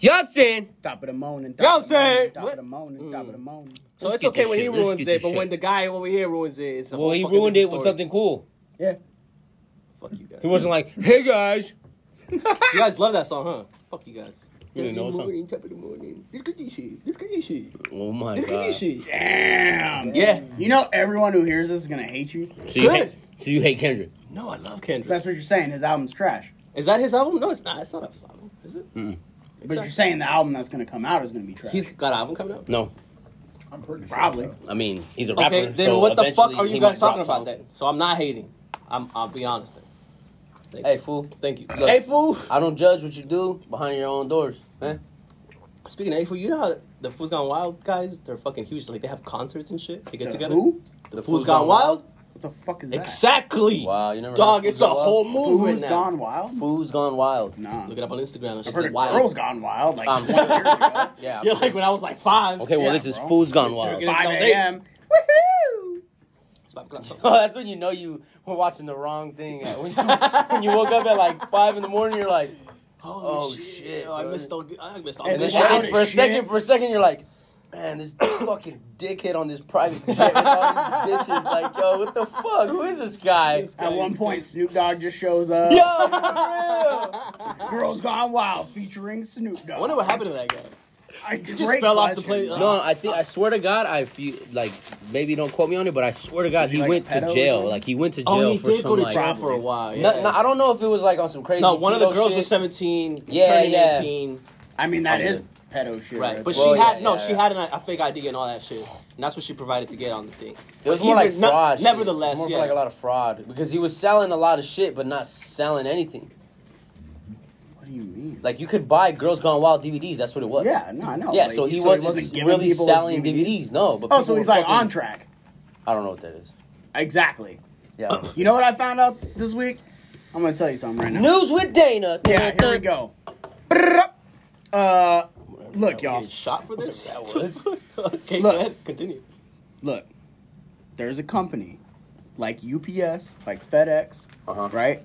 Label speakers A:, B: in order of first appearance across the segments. A: You know what I'm saying?
B: Top of the morning.
A: You know what
B: Top
A: I'm saying?
B: of the morning, Top
A: What?
B: of the morning. Top of the
C: Mm.
B: morning.
C: So
A: Let's
C: it's
A: get
C: okay
A: this
C: when he
A: shit. Let's
C: ruins
A: get
C: it,
A: this
C: but
A: shit.
C: when the guy over here ruins it, it's a
A: Well,
C: whole
A: he
C: fucking
A: ruined it
C: different
A: with
C: story.
A: something cool.
B: Yeah.
C: Fuck you guys.
A: He wasn't like, hey guys.
C: You guys love that song, huh? Fuck you guys.
A: You didn't know something.
C: top of the morning.
B: It's good shit. It's good shit.
A: Oh my
B: It's good
A: god.
B: shit. Damn.
C: Yeah.
B: You know everyone who hears this is gonna hate you.
A: So you,
C: Good.
A: hate, so you hate Kendrick?
C: No, I love
B: 'Cause
C: Kendrick.
B: That's what you're saying. His album's trash.
C: Is that his album? No, it's not. It's not his album, is it?
A: Mm-mm.
B: But you're
C: Exactly.
B: saying the album that's gonna come out is gonna be trash.
C: He's got an album coming out.
A: No.
D: I'm pretty sure.
B: Probably.
D: so.
A: I mean, he's a rapper.
C: Okay, then
A: so
C: what the fuck
A: eventually
C: are
A: he
C: you
A: might
C: guys
A: drop
C: talking about
A: songs.
C: then? So I'm not hating. I'm. I'll be honest. Then. Thank
A: Hey
C: you.
A: fool,
C: Thank you.
A: Look.
C: Hey fool.
A: I don't judge what you do behind your own doors, eh? man.
C: Speaking of hey fool, you know how the Fools Gone Wild guys? They're fucking huge. Like they have concerts and shit. They get
B: The
C: together.
B: Who?
C: The, Fools, Gone, Wild.
B: What the fuck is that?
C: Exactly.
A: Wow, you never
C: Dog,
A: heard of
C: it's
A: Fools
C: a
A: Gone Wild?
C: whole movement
B: Who's
C: now.
B: gone wild?
A: Fools gone wild.
B: Nah.
C: Look it up on Instagram. It's
B: I've heard
C: just
B: of
C: wild.
B: Girls Gone Wild. Like
A: Um,
B: 20 years ago.
A: Yeah.
C: Yeah, like when I was like five.
A: Okay, well
B: Yeah,
A: this is
B: bro.
A: Fools Gone
C: You're
A: Wild.
C: getting-
B: 5
C: Sounds
B: a.m. Woohoo!
C: It's five o'clock.
A: Oh, that's when you know you were watching the wrong thing. When you, when you woke up at like five in the morning, you're like,
C: Holy
A: Oh,
C: shit!
A: shit,
C: I
A: bro.
C: missed all. I missed all.
B: And
A: and
C: this
A: then
B: it's loud
C: shit.
A: and for a
B: as shit.
A: second, for a second, you're like, man, this fucking dickhead on this private jet with all these bitches. Like, yo, what the fuck? Who is this guy?
B: At one point, Snoop Dogg just shows up.
A: Yo, for real.
B: Girls Gone Wild featuring Snoop Dogg.
C: I wonder what happened to that guy.
B: I
C: just fell off the plane.
A: No, I think I swear to God, I feel like maybe don't quote me on it, but I swear to God,
B: Is he
A: he
B: like
A: went
B: pedo
A: to
B: or
A: jail.
B: something?
A: Like he went to jail
C: Oh, he
A: for
C: did
A: some
C: go to
A: like.
C: jail for a while. Yeah.
A: No, no, I don't know if it was like on some crazy.
C: No, one of the
A: pedo
C: girls
A: shit.
C: was 17,
A: Yeah,
C: turning
A: yeah.
C: 18.
B: I mean, that
A: Okay.
B: is pedo shit.
C: Right. But
A: Well,
C: she
A: yeah,
C: had, no,
A: yeah,
C: she
A: yeah.
C: had an, a fake ID and all that shit. And that's what she provided to get on the thing.
A: It was
C: But
A: more like
C: even- no-
A: fraud. shit.
C: nevertheless,
A: It was more
C: yeah.
A: for like a lot of fraud because he was selling a lot of shit, but not selling anything.
B: What do you mean?
A: Like you could buy Girls Gone Wild DVDs. That's what it was.
B: yeah, no, I know.
A: Yeah,
B: Like,
A: so he, wasn't,
B: giving
A: really
B: people his
A: selling DVDs. No, but
B: Oh,
A: people
B: so he's
A: were
B: like
A: fucking-
B: on track.
A: I don't know what that is.
B: Exactly.
A: Yeah.
B: You know what I found out this week? I'm gonna tell you something right now.
A: News with Dana.
B: Yeah, here
A: uh,
B: we go. Brrrr. Uh, look, y'all.
C: Getting shot for this? that
A: was-
C: okay,
B: Look.
C: go ahead. Continue.
B: Look, there's a company like UPS, like FedEx,
A: Uh-huh.
B: right?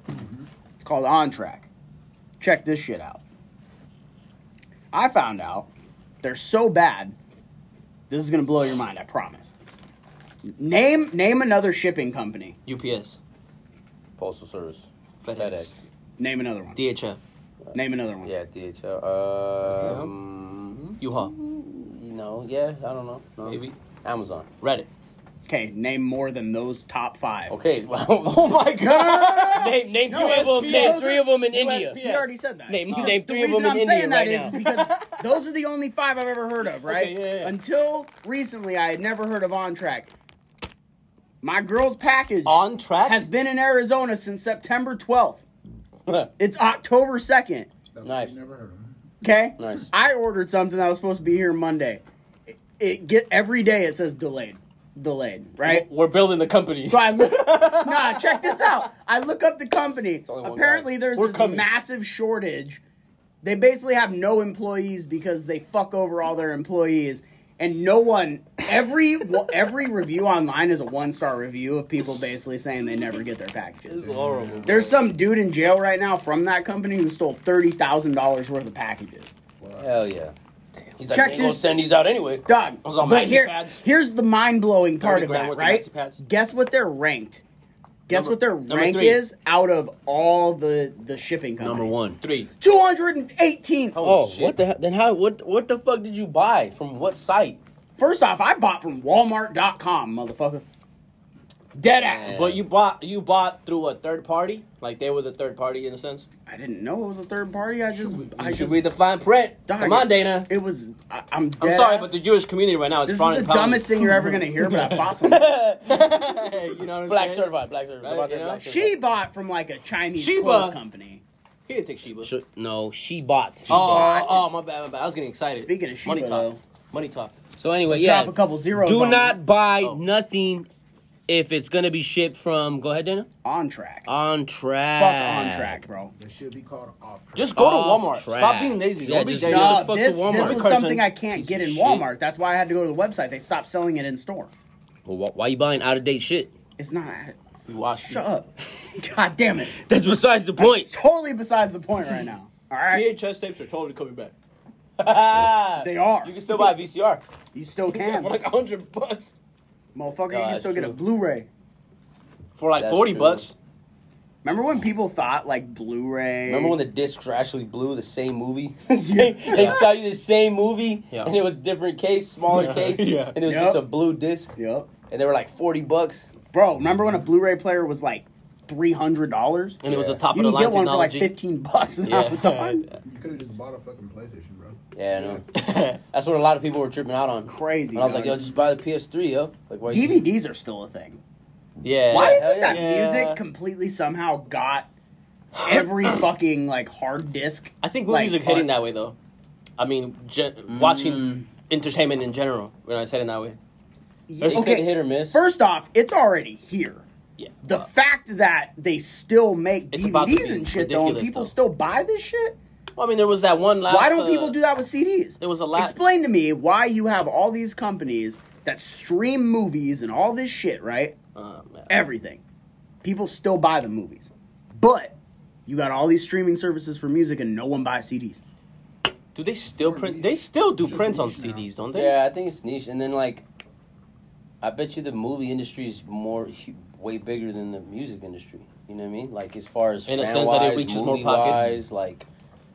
B: It's called OnTrack. Check this shit out. I found out they're so bad. This is gonna blow your mind. I promise. Name name another shipping company.
C: UPS,
A: Postal Service.
C: FedEx,
A: FedEx.
B: Name another one.
C: DHL,
B: Name another one.
A: Yeah, DHL. Um,
B: Mm-hmm.
C: U-Haul,
A: you know, yeah, I don't know. No.
C: maybe,
A: Amazon.
C: Reddit.
B: Okay, name more than those top five.
A: Okay. wow. oh my God. name name
B: No,
A: three of them.
B: USPS.
A: Name um, three of them in
B: He
A: India.
B: already said that. Uh,
A: Name name
B: the
A: three of
B: reason
A: them in India
B: I'm saying that
A: right
B: is
A: now.
B: is because those are the only five I've ever heard of, right?
C: Okay, yeah, yeah.
B: Until recently, I had never heard of On Track. My girl's package
C: On track?
B: has been in Arizona since September 12th. It's October 2nd.
D: That's
A: Nice.
D: nice. Never heard of him.
B: Okay.
A: Nice.
B: I ordered something that was supposed to be here Monday. It, it get every day it says delayed, delayed, right?
C: We're building the company.
B: So I look. nah, check this out. I look up the company.
A: only one
B: Apparently, there's
C: We're
B: this
C: coming.
B: massive shortage. They basically have no employees because they fuck over all their employees, and no one. Every every review online is a one star review of people basically saying they never get their
C: This
B: packages.
C: is horrible.
B: There's some dude in jail right now from that company who stole thirty thousand dollars worth of packages.
D: Fuck.
A: Hell yeah. He's like,
B: Check
A: they ain't gonna
B: this-
A: send these out anyway.
B: Doug,
C: Those are
B: but
C: maxi
B: here,
C: pads.
B: here's the mind blowing part
C: 30
B: of
C: grand
B: that,
C: worth of
B: right?
C: maxi pads.
B: Guess what they're ranked. Guess
C: Number-
B: what their
C: number
B: rank
C: three.
B: is out of all the the shipping companies.
A: Number one.
C: Three.
B: 218.
A: Oh,
C: shit.
A: what the hell? Then how? What? What the fuck did you buy? From what site?
B: First off, I bought from walmart.com, motherfucker. Dead ass.
A: Yeah.
C: But you bought you bought through a third party, like they were the third party in a sense.
B: I didn't know it was a third party. I just I
C: You should
B: just
C: read the fine print.
B: Dog,
C: Come on, Dana.
B: it was I, I'm dead
C: I'm sorry,
B: ass.
C: but the Jewish community right now is
B: this is
C: frowning
B: the
C: upon you.
B: dumbest thing you're ever going to hear, but I bought some.
C: you know what I'm
A: Black
C: saying?
A: certified. Black certified.
C: Right,
A: Black
C: you know?
A: certified.
B: she bought from like a Chinese
C: Sheba.
B: clothes company.
C: He didn't take Sheba.
A: Sh- no, she bought. She
C: oh,
A: bought.
C: oh, oh, my bad, my bad. I was getting excited.
B: Speaking of Sheba,
C: money talk,
B: though.
C: money talk.
A: So anyway,
B: Let's
A: yeah.
B: drop a couple zeros
A: Do
B: on
A: not
B: it.
A: buy
C: Oh.
A: nothing if it's gonna be shipped from. Go ahead, Dana.
B: on track.
A: On track.
B: Fuck
A: Ah.
B: on track, bro.
D: They should be called off. track.
C: Just go
A: Off
C: to Walmart.
A: track.
C: Stop being lazy.
A: Yeah,
C: Don't be
A: just
C: lazy.
A: go
B: No,
A: the fuck to
B: this,
A: Walmart?
B: this was
C: Carson.
B: something I can't
A: Piece
B: get
A: of
B: in
A: shit.
B: Walmart. That's why I had to go to the website. They stopped selling it in store.
A: Well, wh- why you buying out of date shit?
B: It's not.
C: We watched
B: Shut up. God damn it.
A: That's besides the point.
B: That's totally besides the point right now. All right.
C: VHS tapes are totally coming back.
B: They are.
A: You can still buy a VCR.
B: You still
C: Yeah,
B: can,
C: for like a hundred bucks.
B: motherfucker.
A: Nah,
B: you can
A: it's
B: still get a
A: true.
B: Blu-ray.
C: For like
A: That's
C: forty
A: true.
C: bucks.
B: Remember when people thought like Blu-ray?
A: Remember when the discs were actually blue, the same movie? Same- They sell you the same movie,
C: Yeah.
A: and it was different case, smaller
C: Yeah.
A: case,
C: Yeah.
A: and it was
B: Yep.
A: just a blue disc,
B: Yep.
A: and they were like forty bucks.
B: Bro, remember when a Blu-ray player was like three hundred dollars?
C: And it was
A: Yeah.
C: a top
B: You
C: of
B: can
C: the line
B: get one for like
C: technology.
B: fifteen bucks now. dog.
C: yeah.
D: You could have just bought a fucking PlayStation, bro.
A: Yeah, I know. That's what a lot of people were tripping out on.
B: Crazy.
A: And I was
B: dog.
A: like, yo, just buy the PS3, yo. Like, why
B: DVDs are still a thing.
C: yeah.
B: Why
A: hell
B: is it
A: yeah.
B: that
C: Yeah.
B: music completely somehow got every fucking like hard disk?
C: I think movies
B: like,
C: are heading
B: uh,
C: that way though. I mean, ge-
A: Mm.
C: watching entertainment in general. When I was heading that way.
A: It's
B: okay.
A: hit or miss.
B: First off, it's already here.
C: Yeah.
B: The fact that they still make
C: It's about to
B: DVDs
C: be
B: and shit though, and
C: ridiculous,
B: people
C: though.
B: still buy this shit.
C: Well, I mean, there was that one last.
B: why don't
C: uh,
B: people do that with CDs?
C: There was a last.
B: Explain to me why you have all these companies that stream movies and all this shit, right?
C: Uh, man.
B: Everything. People still buy the movies. But you got all these streaming services for music and no one buys CDs.
C: do they still print? They still do prints on CDs, don't they?
A: Yeah, I think it's niche. And then, like, I bet you the movie industry is more, hu- way bigger than the music industry. You know what I mean? Like, as far as
C: In a
A: fan
C: sense that it
A: wise,
C: reaches more
A: movie
C: pockets.
A: wise, like,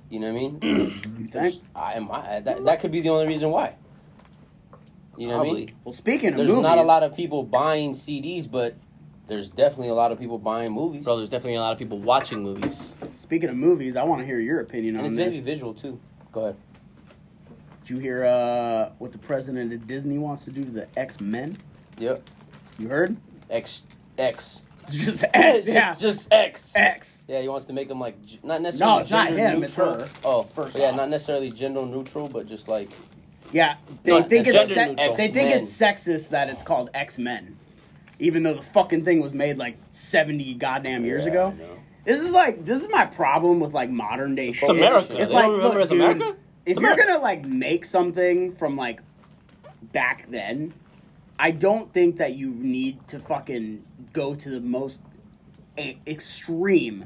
A: you know what I mean?
B: You think?
A: There's- I am. I, that, that could be the only reason why. You know what I
C: Probably.
A: mean?
B: Well, speaking of
A: There's
B: movies,
A: not a lot of people buying CDs, but there's definitely a lot of people buying movies.
C: Bro, there's definitely a lot of people watching movies.
B: speaking of movies, I want to hear your opinion
A: And
B: on
A: it's
B: this.
A: very visual, too. Go ahead.
B: Did you hear uh, what the president of Disney wants to do to the X Men?
A: Yep.
B: You heard?
A: X. X.
B: It's just
A: It's
B: X.
A: just,
B: yeah.
A: just X.
B: X.
A: Yeah, he wants to make them like g- not necessarily
B: No, it's not
A: gender
B: him, it's
A: neutral.
B: her.
A: Oh,
B: First
A: yeah,
B: off.
A: not necessarily gender neutral, but just like
B: Yeah, they
A: No,
B: think
A: it's
B: it's
A: gender
B: se-
A: neutral.
B: they think
A: X-Men.
B: it's sexist that it's called X Men, even though the fucking thing was made like seventy goddamn years
A: Yeah, I
B: ago.
A: know.
B: This is like this is my problem with like modern day shit.
C: America.
B: It's
C: They
B: like
C: don't remember
B: look,
C: it's
B: dude,
C: America?
B: If
C: It's
B: you're
C: America.
B: gonna like make something from like back then, I don't think that you need to fucking go to the most e- extreme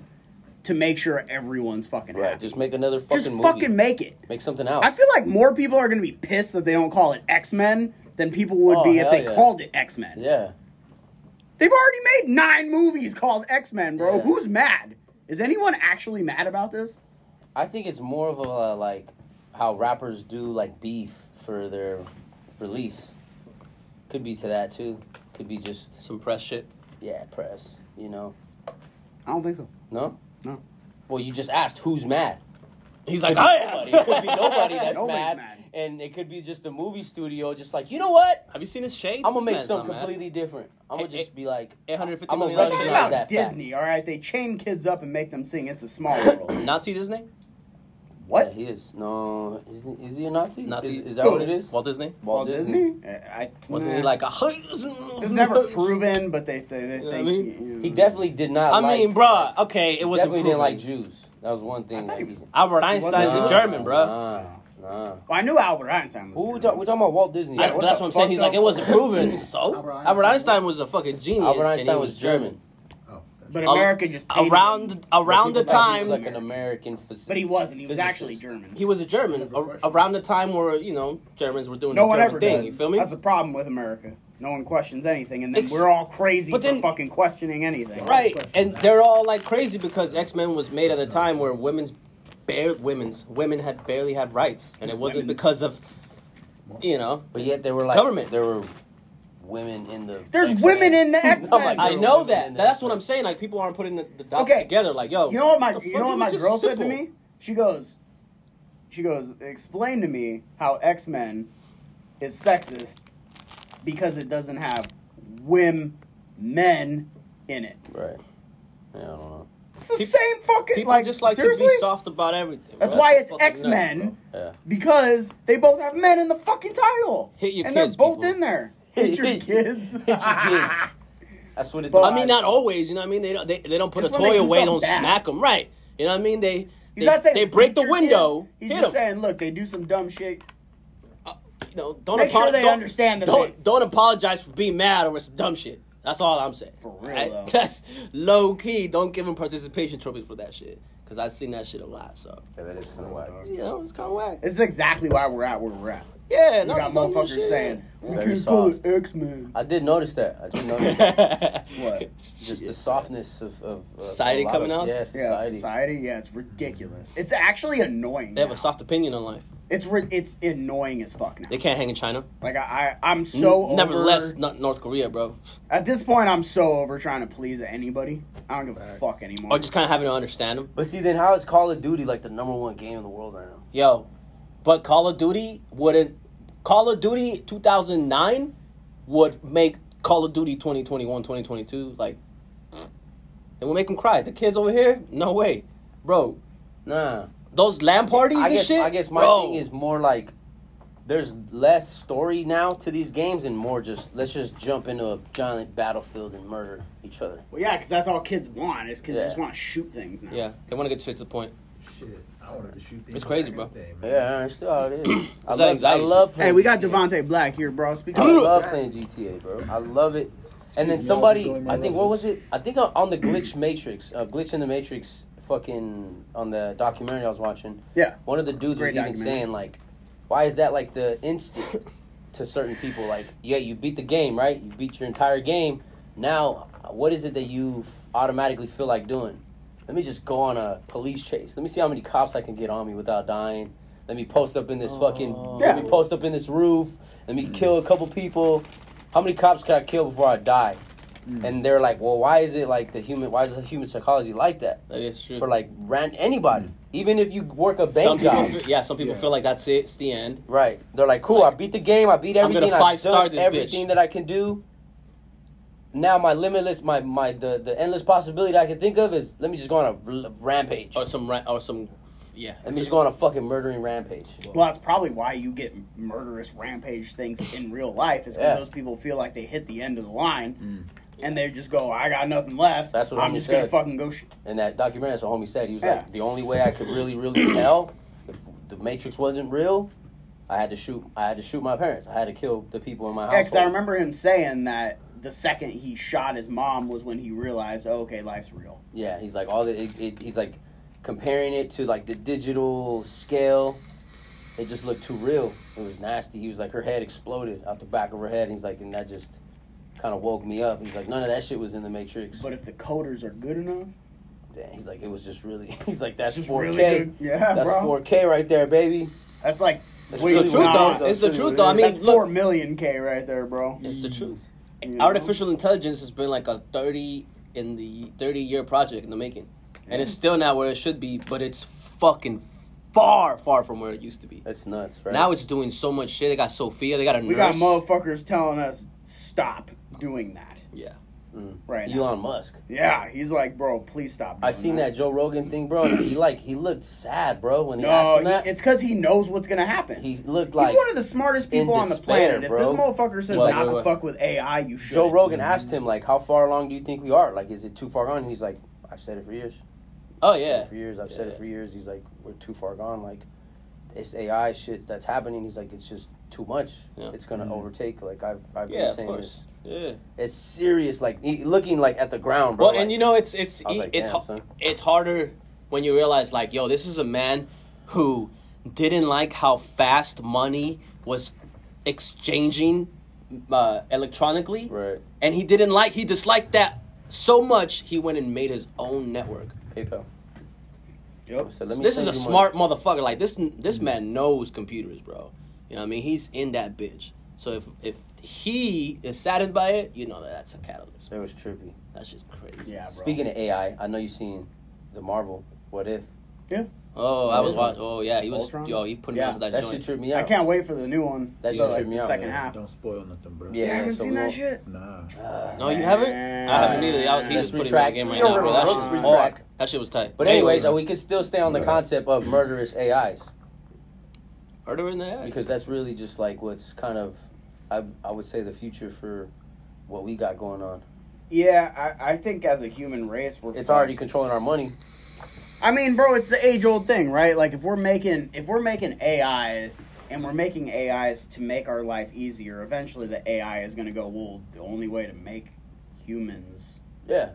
B: to make sure everyone's fucking
A: right.
B: happy.
A: Just make another fucking
B: Just
A: movie.
B: fucking make it.
A: Make something else.
B: I feel like more people are going to be pissed that they don't call it X Men than people would
A: Oh,
B: be if
A: hell
B: they
A: yeah.
B: called it X Men.
A: yeah,
B: They've already made nine movies called X Men, bro.
A: Yeah.
B: Who's mad? Is anyone actually mad about this?
A: I think it's more of a uh, like how rappers do like beef for their release. Could be to that too. Could be just
C: Some press shit.
A: yeah, press. You know,
B: I don't think so.
A: no,
B: No.
A: Well, you just asked who's mad.
C: He's like, "Oh, I
A: Nobody. It could be nobody that's
B: Nobody's
A: mad.
B: mad.
A: and it could be just a movie studio. Just like you know what.
C: Have you seen his shades?
A: I'm gonna make
C: This man's
A: something
C: not mad.
A: completely different. I'm gonna
C: Eh,
A: just be like,
C: $850
A: I'm gonna
C: million
B: We're talking
C: Recognize
B: about
A: that fact.
B: Disney, all right? They chain kids up and make them sing "It's a Small World."
C: Nazi Disney.
A: Yeah,
B: what?
A: he is. No, is, is he a Nazi?
C: Nazi.
A: Is, is that what it is?
C: Walt Disney.
B: Walt Disney? Uh, I,
C: Wasn't
B: nah.
C: he like a?
B: It was never proven, but they they, they
C: know what I
B: think
C: mean?
B: you know.
A: He definitely did not.
C: I
A: like,
C: mean, bruh. Okay,
A: he
C: it was
A: definitely didn't like
C: proven.
A: Jews. That was one thing. that
B: thought he
A: he-
B: was-
C: Albert
B: wasn't-
C: Einstein's a
A: Nah,
C: German, bro.
A: Nah, nah.
B: Well, I knew Albert Einstein.
A: Who we
B: Was
A: talk, we're talking about Walt Disney.
C: I-
A: right?
C: but that's
B: the
C: what I'm
B: fuck
C: saying. He's like,
B: up?
C: it wasn't proven. So
D: Albert Einstein.
C: Albert Einstein was a fucking genius.
A: Albert
C: and he
A: Einstein
C: was
A: was German.
D: Oh, that's
B: but
D: right.
C: Al-
B: America just painted him.
C: Around around
A: People
C: the
A: thought he
C: time
A: was like an American. Phys-
B: But he wasn't. He was
A: physicist.
B: actually German.
C: He was a German.
D: Good
C: A-
D: question.
C: around the time where you know Germans were doing
B: No
C: the
B: one
C: German
B: ever
C: thing.
B: does.
C: You feel me?
B: That's the problem with America. No one questions anything, and then
C: Ex-
B: we're all crazy
C: But
B: for
C: then-
B: fucking questioning anything.
C: right,
D: Good question.
C: and they're all like crazy because X Men was made at a time where women's, bare women's women had barely had rights, and it wasn't
B: Women's.
C: because of, you know,
A: But yet there were like
C: Government.
A: There were women in the.
B: There's
A: X-Men.
B: women in the X
A: Oh my
B: Men.
A: God.
C: I
A: were
C: know
A: women in
C: that.
A: there.
C: That's what I'm saying. Like people aren't putting the, the dots
B: Okay.
C: together. Like yo,
B: You know what my
C: Oh, the
B: you
C: fuck?
B: know what
C: It was
B: my
C: just
B: girl said to
C: simple.
B: me? She goes, she goes, explain to me how X Men is sexist because it doesn't have whim men in it.
A: Right. Yeah, I don't know.
B: It's the
C: Peop-
B: same fucking
C: People
B: like,
C: just like
B: seriously.
C: to be soft about everything.
B: That's
C: bro.
B: why it's
C: fucking nuts,
B: X Men
A: Yeah.
B: because they both have men in the fucking title.
C: Hit your
B: and
C: kids,
B: they're both
C: people.
B: in there. Hit your kids.
A: Hit your kids. That's what it.
B: But-
C: I mean, not always. You know what I mean? They don't. They, they don't put
B: Just
C: a
B: when they
C: toy
B: do
C: away. Don't
B: something bad.
C: smack them. Right. You know what I mean? They.
B: He's
C: They,
B: not saying
C: they break
B: beat
C: the
B: your
C: window.
B: kids. He's
C: Hit
B: just
C: them.
B: saying, look, they do some dumb shit.
C: You know, don't
B: Make sure
C: apolo-
B: they
C: don't-
B: understand that
C: Don't
B: they-
C: don't apologize for being mad over some dumb shit. That's all I'm saying.
B: For real,
C: Right?
B: though.
C: That's low key. Don't give them participation trophies for that shit. because I've seen that shit a lot. So
A: Yeah, that is kind of whack.
C: you know, it's kind of whack.
B: This is exactly why we're at where we're at.
C: Yeah,
B: We
C: no,
B: got
C: they don't do
B: motherfuckers
C: shit.
B: saying we
A: Very
B: can't call
A: soft.
B: it X Men.
A: I did notice that. I did notice that.
C: what?
A: just the softness of, of of
C: Society
A: a lot
C: coming
A: of-
C: out?
A: Yeah,
B: Yeah,
A: society.
B: society. Yeah, it's ridiculous. It's actually annoying.
C: They have a
B: now.
C: soft opinion on life.
B: It's ri- it's annoying as fuck now.
C: They can't hang in China.
B: Like I, I I'm so over.
C: nevertheless, not North Korea, bro.
B: at this point, I'm so over trying to please anybody. I don't give a
D: Facts.
B: fuck anymore.
C: Or just kind of having to understand them.
A: But see, then how is Call of Duty like the number one game in the world right now?
C: Yo, but Call of Duty wouldn't. Call of Duty 2009 would make Call of Duty 2021, 2022 like. It would make them cry. The kids over here, no way, bro.
A: Nah,
C: Those land parties
A: I
C: and
A: guess
C: shit.
A: I guess my
C: bro.
A: thing is more like there's less story now to these games and more just let's just jump into a giant battlefield and murder each other.
B: well, yeah, because that's all kids want. Is kids
A: Yeah.
B: just want to shoot things now.
C: Yeah, they want to get straight to the point.
D: Shit, I wanted to shoot things.
C: It's crazy,
D: back in
C: bro.
D: the day, man.
A: Yeah, that's still how it is. I,
C: It's
A: love, I
C: anxiety.
A: love. Playing
B: Hey, we got
A: GTA.
B: Devonte Black here, bro. Speaking
A: I
B: of
A: love playing GTA, bro. I love it. And then
D: Excuse me, I
A: somebody,
D: was enjoying
A: I
D: my
A: think what
D: levels.
A: was it? I think on on the glitch Matrix, uh, glitch in the Matrix, fucking on the documentary I was watching.
B: Yeah.
A: One of the dudes
B: Great
A: was even
B: documentary.
A: saying like, why is that like the instinct to certain people? Like, yeah, you beat the game, right? You beat your entire game. Now, what is it that you f- automatically feel like doing? Let me just go on a police chase. Let me see how many cops I can get on me without dying. Let me post up in this fucking. Let me
B: Yeah.
A: post up in this roof. Let me kill a couple people. How many cops can I kill before I die? And they're like, well, why is it like the human? Why is the human psychology like that?
C: That is true.
A: For like rant anybody, even if you work a
C: some
A: bank
C: people,
A: job,
C: feel, yeah, some people
D: Yeah.
C: feel like that's it. It's the end.
A: right? They're like, cool, I beat the game, I beat
C: I'm gonna
A: everything, I've
C: five-star
A: done
C: this
A: everything
C: bitch."
A: that I can do. Now my limitless, my my the the endless possibility I can think of is let me just go on a r- rampage.
C: Or some, ra- or some, yeah.
A: Let me just go on a fucking murdering rampage.
B: Well, that's probably why you get murderous rampage things in real life, is because
A: Yeah.
B: those people feel like they hit the end of the line
C: Mm.
B: and they just go, I got nothing left.
A: That's what
B: I'm
A: homie
B: just going to
A: said.
B: fucking go. Sh-.
A: And that documentary, that's what homie said. He was
B: Yeah.
A: like, the only way I could really, really tell if the Matrix wasn't real, I had to shoot. I had to shoot my parents. I had to kill the people in my house.
B: Yeah, because I remember him saying that the second he shot his mom was when he realized, oh, okay, life's real.
A: Yeah, he's like all the. It, it, he's like comparing it to like the digital scale. It just looked too real. It was nasty. He was like, her head exploded out the back of her head. And he's like, and that just kind of woke me up. He's like, none of that shit was in the Matrix.
B: But if the coders are good enough,
A: Damn, he's like, it was just really. He's like, that's
B: that's just
A: four
B: really
A: K.
B: good. Yeah,
A: That's
B: bro.
A: four K right there, baby.
B: That's like,
A: That's
B: wait,
A: the
C: it's the
A: truth,
C: truth,
B: nah,
C: though. It's the
A: That's
C: truth,
A: what
C: though. I
A: it
C: mean,
B: that's
C: look,
B: 4 million K right there, bro.
C: it's the truth.
B: You know?
C: Artificial intelligence has been like a thirty in the thirty year project in the making, and it's still not where it should be, but it's fucking far, far from where it used to be.
A: That's nuts, right?
C: Now it's doing so much shit. They got Sophia. They got a nurse.
B: We got motherfuckers telling us, stop doing that
C: Yeah,
A: Mm.
B: right now.
A: Elon Musk.
B: Yeah, he's like, bro, please stop.
A: I
B: doing
A: seen that Joe Rogan thing, bro. And he like he looked sad, bro. When he asked
B: No,
A: him that,
B: he, it's because he knows what's gonna happen.
A: he looked like
B: he's one of the smartest
A: in
B: people on the
A: despair,
B: planet. If
A: bro.
B: this motherfucker says
C: Well,
B: not
C: wait,
B: to
C: wait.
B: fuck with AI, you should.
A: Joe Rogan asked him like, "How far along do you think we are? Like, is it too far gone?" And he's like, "I've said it for years.
C: Oh
A: I've said
C: yeah.
A: it for years. I've
C: Yeah,
A: said
C: yeah.
A: it for years." He's like, "We're too far gone. Like, it's AI shit that's happening." He's like, "It's just too much.
C: Yeah.
A: It's
B: Mm-hmm.
A: gonna overtake." Like I've I've
C: Yeah,
A: been
C: of
A: saying
C: course.
A: this.
C: Yeah.
A: It's serious. Like he, looking like at the ground, bro.
C: Well,
A: like,
C: and you know, it's it's
A: I was like,
C: it's
A: damn,
C: ha-
A: son.
C: it's harder when you realize like, yo, this is a man who didn't like how fast money was exchanging uh, electronically,
A: right?
C: and he didn't like he disliked that so much he went and made his own network.
A: PayPal.
B: Yep.
A: So let me
C: this is
A: send
C: a
A: you money.
C: smart motherfucker. Like this this man knows computers, bro. You know what I mean? He's in that bitch. So if if he is saddened by it, you know that that's a catalyst.
A: It was trippy.
C: That's just crazy.
B: Yeah, bro.
A: Speaking of AI, I know you seen the Marvel. What if
C: Oh, I was
A: Ultron.
C: watching. Oh yeah, he was.
B: Ultron?
C: Yo, he put me
B: Yeah,
C: onto that,
A: that
C: joint.
A: shit tripped me out?
B: I can't wait for the new one.
A: That
B: so,
A: shit
B: like,
A: tripped me
B: the
A: out,
B: second
A: man.
B: half.
D: Don't spoil nothing, bro.
A: Yeah.
B: you haven't
A: so
B: seen
A: we'll-
B: that shit.
D: Nah.
A: Ah.
C: No, you haven't. I haven't either. I, he
A: Let's
C: was putting me in the
A: retract.
C: game right
A: You don't
C: now. bro. That
A: really
C: shit,
A: retract.
C: hard. that shit was tight.
A: But anyways, uh,
C: are
A: we can still stay on the concept of
C: Mm-hmm.
A: murderous AIs
C: harder in the ass?
A: because that's really just like what's kind of, I I would say the future for what we got going on.
B: Yeah, I, I think as a human race, we're.
A: It's
B: fucked.
A: already controlling our money.
B: I mean, bro, it's the age old thing, right? Like if we're making if we're making AI and we're making AIs to make our life easier, eventually the AI is gonna go, Well, the only way to make humans
A: Yeah,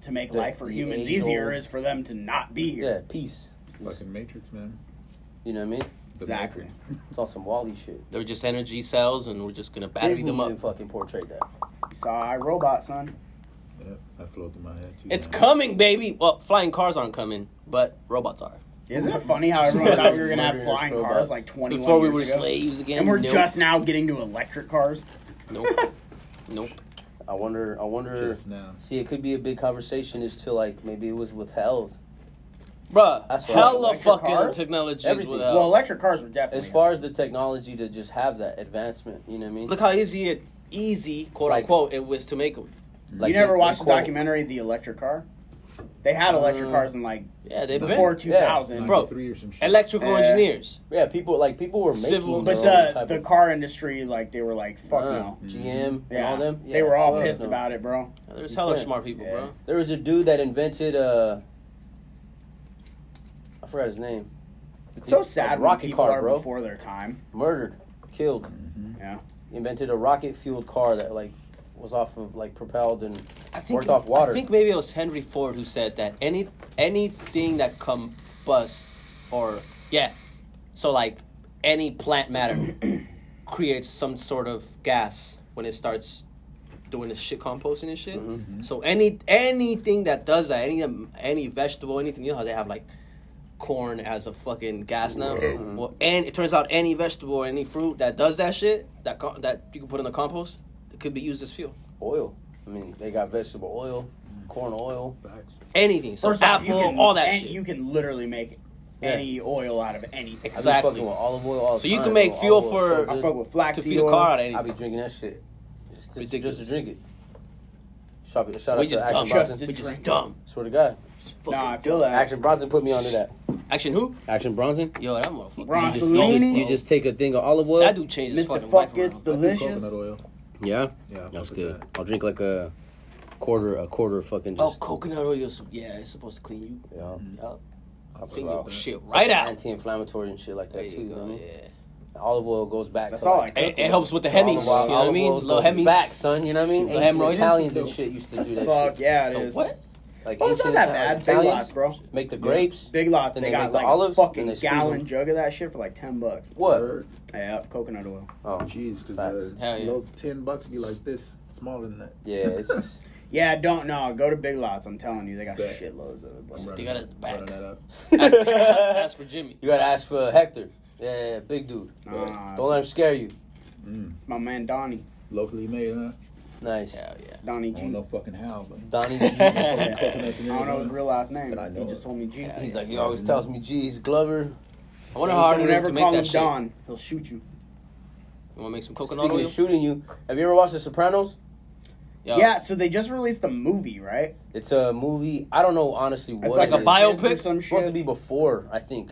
B: to make
A: The-
B: life for
A: the
B: humans
A: age
B: easier
A: old-
B: is for them to not be
A: Yeah,
B: here.
A: peace.
D: Fucking Matrix, man.
A: You know what I mean?
D: The
B: Exactly.
D: Matrix.
A: It's on some Wally shit.
C: They're just energy cells, and we're just gonna battery
A: Disney
C: them
A: even
C: up.
A: fucking portrayed that.
B: You saw iRobot, son.
D: Yep, that flowed through my head too.
C: It's
D: man.
C: coming, baby. Well, flying cars aren't coming, but robots are.
B: Isn't it funny how everyone thought we were gonna have
A: Murderous
B: flying
A: robots.
B: cars like 21
C: Before we
B: years
C: were
B: ago?
C: slaves again.
B: and we're
C: nope.
B: just now getting to electric cars.
C: nope. nope.
A: I wonder. I wonder.
D: Just now.
A: See, it could be a big conversation as to like maybe it was withheld.
C: Bruh,
A: That's what-
C: hella
B: Electric
C: fucking
B: cars?
C: technology is
A: Everything.
C: without.
B: Well, electric cars were definitely
A: As far as the technology to just have that advancement, you know what I mean?
C: Look how easy it, easy, quote
A: Like-
C: unquote, it was to make them.
A: Like,
B: you never
A: they-
B: watched
A: they
B: the
A: quote-
B: documentary The Electric Car? They had electric
A: Uh,
B: cars in like
C: Yeah, they
B: before
C: before
B: 2000.
A: Yeah.
C: Bro,
D: three or some shit.
C: electrical
B: Uh,
C: engineers.
A: Yeah, people like people were making
C: Civil-
A: their
B: But
A: own
B: the
A: type
B: the
A: of-
B: car industry, like they were like, fuck
A: Uh,
B: no.
C: Mm-hmm.
A: GM and
B: Yeah.
A: all them.
B: they
A: Yeah,
B: were all
A: fuck
B: pissed
A: no.
B: about it, bro.
C: There's
A: you
C: hella
A: can't.
C: smart people,
B: Yeah.
C: bro.
A: There was a dude that invented uh I forgot his name.
B: It's so
A: Like
B: sad. when
A: rocket
B: people
A: car,
B: are
A: bro.
B: Before their time.
A: Murdered, killed.
D: Mhm.
B: Yeah.
A: Invented a rocket fueled car that like was off of like propelled and
C: I
A: worked off water.
C: I think maybe it was Henry Ford who said that any anything that combusts or yeah, so like any plant matter creates some sort of gas when it starts doing this shit composting and shit.
A: Mhm.
D: Mm-hmm.
C: So any anything that does that, any any vegetable, anything you know how they have like corn as a fucking gas now.
A: Mhm.
C: Well, and it turns out any vegetable or any fruit that does that shit that co- that you can put in the compost, it could be used as fuel.
A: Oil. I mean, they got vegetable oil, corn oil.
D: Facts.
C: Anything. So
B: First off, you
C: apple,
B: can,
C: all that
B: and
C: shit.
B: You can literally make
A: Yeah.
B: any oil out of anything.
A: I be
C: Exactly.
A: fucking with olive oil all the
C: So you
A: time,
C: can make
A: bro.
C: fuel
A: Olive oil's so
C: for-
A: good.
B: I fuck with
C: to
B: flaxseed
C: feed a car
B: oil.
C: out of
A: I be
C: anything.
A: drinking that shit. Just, just,
C: Ridiculous.
A: just to drink it. Shout, out- shout
C: We
A: out to
C: just
A: Action
C: dumb.
A: Bronson.
B: Just-
C: We just
B: drink.
C: dumb.
A: Swear to God.
C: Just fucking
B: Nah, I
C: dumb.
B: feel that.
A: Action Bronson put me onto that.
C: Action who?
A: Action Bronson?
C: Yo, that motherfucker.
B: Ron
C: You just-
A: You just,
B: Fellini?
A: you just take a thing of olive oil.
C: That dude changed his
B: Mr.
C: fucking
B: Fuck
C: life
B: It's
C: around.
B: delicious.
D: Coconut oil.
A: Yeah,
D: Yeah, I fuck
A: that's
D: with
A: good.
D: that.
A: I'll drink like a quarter, a quarter fucking.
C: Oh,
A: Just,
C: coconut oil. is- Yeah, it's supposed to clean you.
A: yeah,
C: Yup.
D: I fuck
A: Things
D: with
A: are
D: that.
C: Shit,
A: It's
C: right
A: like
C: out.
A: Anti-inflammatory and shit like that
C: There
A: too.
C: you
A: You know
C: go,
A: what I mean?
C: yeah.
A: Olive oil goes back.
B: That's
A: to,
B: all
A: like,
B: I
C: It, it helps with the hemis.
A: olive
C: You know
A: oil-
C: what I
A: olive
C: mean?
A: oil
C: Little
A: goes
C: hemis.
A: Back, son. You know what I mean?
C: Little
A: Ancient
C: hemorrhoids?
A: Italians and shit used to do that.
B: Fuck
A: shit.
B: yeah, it
C: The
B: is.
C: what?
A: Like
B: Well, it's not
A: ancient
B: that bad. Big
A: Italians
B: lots, bro.
A: Make the grapes.
B: Big lots.
A: Then
B: They
A: they
B: got
A: make the
B: like
A: olives,
B: a
A: and they
B: fucking
A: squeeze
B: gallon
A: them.
B: jug of that shit for like ten bucks.
A: What?
D: Word.
B: Yeah, coconut oil.
A: Oh,
D: Jeez, because
A: Facts.
D: the
C: Hell yeah.
D: uh, low ten bucks be like this, smaller than that.
A: yeah. It's just,
B: Yeah, don't know. Go to Big Lots. I'm telling you, they got
D: Bet.
B: shitloads of it.
D: I'm
B: bro.
C: They
D: running
C: got
D: that-
C: it back.
D: running that up.
C: That's, that's for Jimmy.
A: you gotta ask for Hector. Yeah, yeah, yeah, big dude.
B: Nah, nah,
A: Don't let him scare you.
D: Mm.
B: it's my man Donnie.
D: Locally made, huh?
A: Nice.
C: Hell yeah.
B: Donnie
D: I
B: G.
D: don't know fucking how, but
A: Donnie
B: Yeah.
A: G.
D: Coconuts
B: I
D: and
B: don't know his
D: everything.
B: real last name.
D: But I know
B: He
D: it.
B: just told me G.
C: Yeah,
A: He's like he always tells me, "Geez, Glover."
C: I wonder how hard
B: Don't
C: it is
B: ever
C: to
B: call
C: make
B: him
C: that shit. You
B: Don. He'll shoot you.
C: want to make some coconut
A: Speaking
C: oil?
A: of shooting you, have you ever watched The Sopranos?
C: Yo,
B: Yeah, so they just released the movie, right?
A: It's a movie. I don't know honestly what
B: It's like
A: it
B: a
A: is.
C: biopic?
B: biopic. Some
A: It's supposed to
B: shit.
A: be before, I think.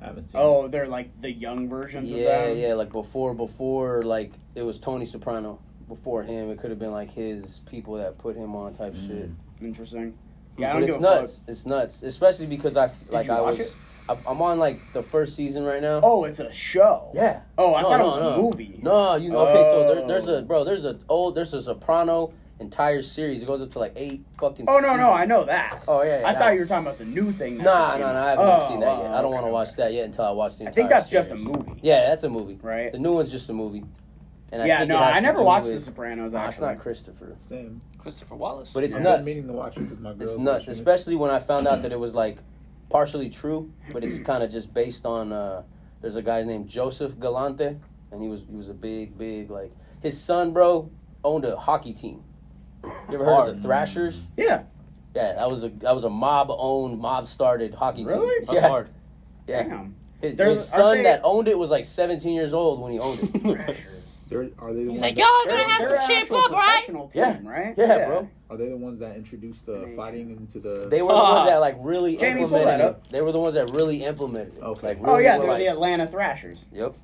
D: I haven't seen
B: Oh, they're like the young versions of
A: Yeah,
B: them.
A: yeah, like before, before, like it was Tony Soprano. Before him, it could have been like his people that put him on type
D: Mm.
A: shit.
B: Interesting. Yeah, I
A: Hmm, but
B: don't
A: it's
B: give a
A: nuts.
B: fuck.
A: It's nuts, especially because I f- like
B: you
A: I
B: watch
A: was.
B: it?
A: I, I'm on like the first season right now.
B: Oh, it's a show.
A: yeah.
B: Oh, I
A: No,
B: thought it
A: no,
B: was
A: no.
B: a movie.
A: No, you okay? So
B: Oh.
A: there, there's a bro. There's a old. There's a Soprano entire series. It goes up to like eight fucking.
B: Oh no, no,
A: seasons.
B: I know that.
A: Oh yeah. yeah
B: I thought you were talking about the new thing. that
A: Nah,
B: just
A: nah,
B: came
A: nah. I
B: out.
A: haven't
B: Oh,
A: seen that yet.
B: oh,
A: I don't want to
B: okay,
A: watch
B: okay.
A: that yet until I watch the.
B: I think
A: entire
B: that's just a
A: series.
B: movie.
A: Yeah, that's a movie.
B: Right.
A: The new one's just a movie. And
B: yeah,
A: think
B: no,
A: it has to
B: I never
A: do
B: watched
A: with-
B: The Sopranos.
A: Nah,
B: Actually,
A: it's not Christopher.
D: Same.
C: Christopher Wallace.
A: But it's
D: I've been
A: nuts.
D: meaning to watch it because my girl.
A: It's nuts,
D: watching it.
A: especially when I found out that it was like partially true, but it's kind of just based on. Uh, there's a guy named Joseph Galante, and he was he was a big big like his son, bro, owned a hockey team. You ever heard of the Thrashers?
B: Yeah,
A: Yeah, that was a that was a mob owned, mob started hockey
B: Really?
A: team.
C: That's
A: yeah,
C: hard.
A: yeah.
B: damn.
A: His,
B: There-
A: his
B: aren't
A: son
B: they-
A: that owned it was like 17 years old when he owned it.
D: They're, are they the ones
E: like,
D: that-
E: "Y'all gonna
D: are-
E: have to
B: They're an
E: shape
B: actual
E: up, right?"
B: professional Team,
A: Yeah.
B: right.
A: Yeah, bro.
D: Are they the ones that introduced the
B: Amazing.
D: fighting into the?
A: They were the
C: Ah.
A: ones that like really
B: Jamie, pull
A: implemented
B: that
A: it.
B: up.
A: They were the ones that really implemented it.
D: Okay.
A: Like,
D: Oh,
B: Oh
A: really
B: yeah,
A: were,
B: they're
A: like-
B: the Atlanta Thrashers.
A: Yep.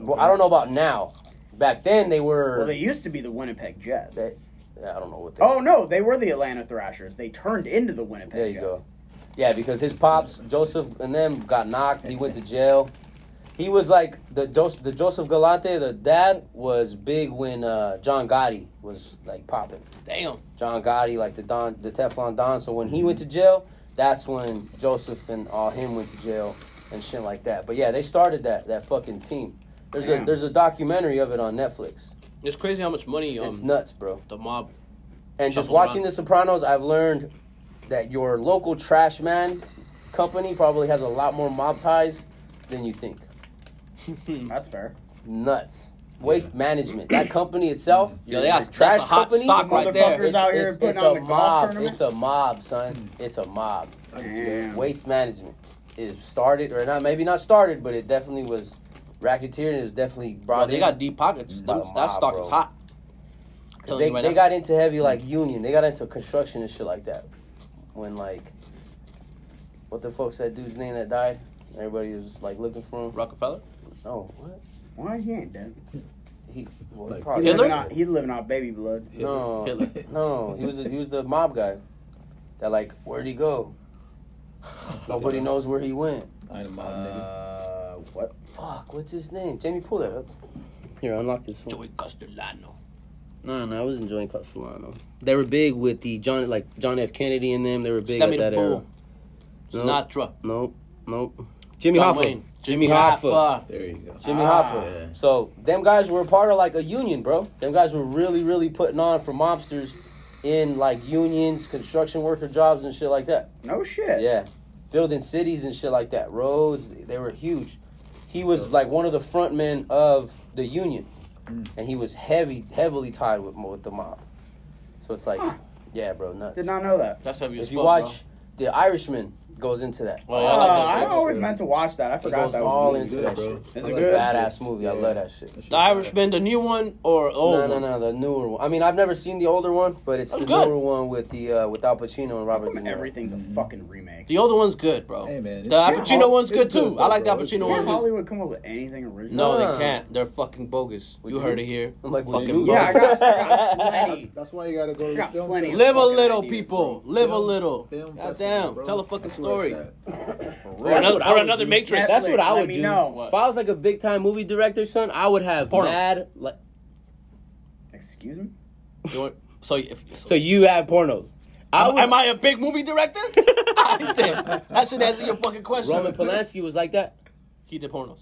A: Well, I don't know about now. Back then they were.
B: Well, they used to be the Winnipeg Jets.
A: They- I don't know what they.
B: oh no, they were the Atlanta Thrashers. They turned into the Winnipeg
A: there you
B: Jets.
A: go. Yeah, because his pops Joseph and them got knocked. He went to jail. He was like the Jos- the Joseph Galante, the dad was big when uh, John Gotti was like popping.
C: Damn.
A: John Gotti, like the Don, the Teflon Don. So when he went to jail, that's when Joseph and all him went to jail and shit like that. But yeah, they started that that fucking team. There's
B: Damn.
A: a there's a documentary of it on Netflix.
C: It's crazy how much money um,
A: it's nuts, bro.
C: the mob.
A: And just
C: Shuffle
A: watching
C: around.
A: The Sopranos, I've learned that your local trash man company probably has a lot more mob ties than you think.
B: That's fair.
A: Nuts. Waste management. That company itself,
C: Yeah, they got-
A: your
C: that's a hot stock right there.
B: Motherfuckers out here
A: it's,
B: putting
A: it's
B: on
A: a
B: the golf
A: mob.
B: tournament?
A: It's a mob, son.
C: Hmm.
A: It's a mob.
D: I can see that.
A: Waste management is started or not, maybe not started, but it definitely was racketeering. It was definitely brought
C: Bro,
A: in.
C: they got deep pockets. Them-
A: Mob,
C: that stock
A: bro.
C: is hot.
A: 'Cause they, they got into heavy like union. They got into construction and shit like that. When like, what the fuck's that dude's name that died? Everybody was like looking for him.
C: Rockefeller.
A: Oh, what?
B: Why he ain't dead?
A: He, well,
D: Like,
A: he
B: He's
A: probably
C: Hitler?
B: living, on, he's living on baby blood.
A: No,
C: Hitler.
A: no, he was he was the mob guy. That like, where'd he go? Nobody knows where he went.
D: I ain't a mob nigga.
B: Uh, what?
A: Fuck, what's his name? Jamie, pull that up. Here, unlock this one.
C: Joey Castellano.
A: No, no, I was enjoying Castellano. They were big with the John, like John F. Kennedy and them. They were big
C: Sammy
A: at that
C: the
A: era.
C: Bull.
A: Nope.
C: Sinatra.
A: Nope, nope. Jimmy
C: John
A: Hoffa.
C: Wayne.
A: Jimmy Hoffa.
D: There you go.
A: Jimmy
B: Ah.
A: Hoffa. So them guys were part of like a union, bro. Them guys were really, really putting on for mobsters in like unions, construction worker jobs, and shit like that.
B: No shit.
A: Yeah, building cities and shit like that. Roads, they were huge. He was like one of the front men of the union,
D: Mm.
A: and he was heavy, heavily tied with with the mob. So it's like,
B: Huh.
A: yeah, bro, nuts.
B: Did not know that.
C: That's heavy as
A: if you
C: fuck,
A: watch The Irishman, goes into that.
C: Bro. Oh, yeah,
B: Uh,
C: I like
B: I
C: that shit.
B: always meant to watch that. I
A: It
B: forgot
A: goes
B: that
A: all
B: was.
D: really
A: into
D: good,
A: that
D: bro.
A: shit.
B: That's
A: That's
B: a
A: a
B: good-
A: badass movie. I
D: Yeah.
A: love that shit.
D: That shit
C: The Irishman, the new one or old?
A: No, no,
C: one?
A: no, the newer one. I mean, I've never seen the older one, but it's
C: That's
A: the
C: good.
A: newer one with the uh, with Al Pacino and Robert De
B: Everything-
A: Niro.
B: Everything's
C: Mm-hmm.
B: a fucking remake.
C: The older one's good, bro.
D: Hey, man,
C: the
D: it's
C: Al
D: good.
C: Pacino one's
D: It's
C: good too.
D: good,
C: I like the
D: though,
C: Al
D: it's
C: Pacino
D: good.
C: one.
B: Can't
D: Yeah,
C: Just-
B: Hollywood come up with anything original?
C: No,
A: Nah.
C: they can't. They're fucking bogus.
A: With
C: You
A: you?
C: heard it here.
A: I'm like,
C: Fucking
A: what?
B: Yeah, I got, I got plenty.
D: That's, that's why you gotta go to
B: Got
D: the film.
B: plenty.
D: festival.
C: Live a
B: fucking
C: little,
B: ideas,
C: people.
D: bro.
C: Live a
D: Film-
C: little.
D: film festival,
C: Goddamn.
D: bro.
C: Tell a fucking
D: That's where
C: story.
D: it's
C: Or
D: at.
B: Or That's
C: another,
B: what
C: or another Matrix.
B: Netflix,
C: That's what I
B: let
C: would
B: me
C: do.
B: know.
A: If I was like a big time movie director, son, I would have
C: Porno.
A: mad. Like,
B: Excuse me.
C: You want- So if
A: so you have pornos. I
C: am,
A: would,
C: am I a big movie director? I think that should answer your fucking question.
A: Roman Polanski was like that.
C: He did pornos.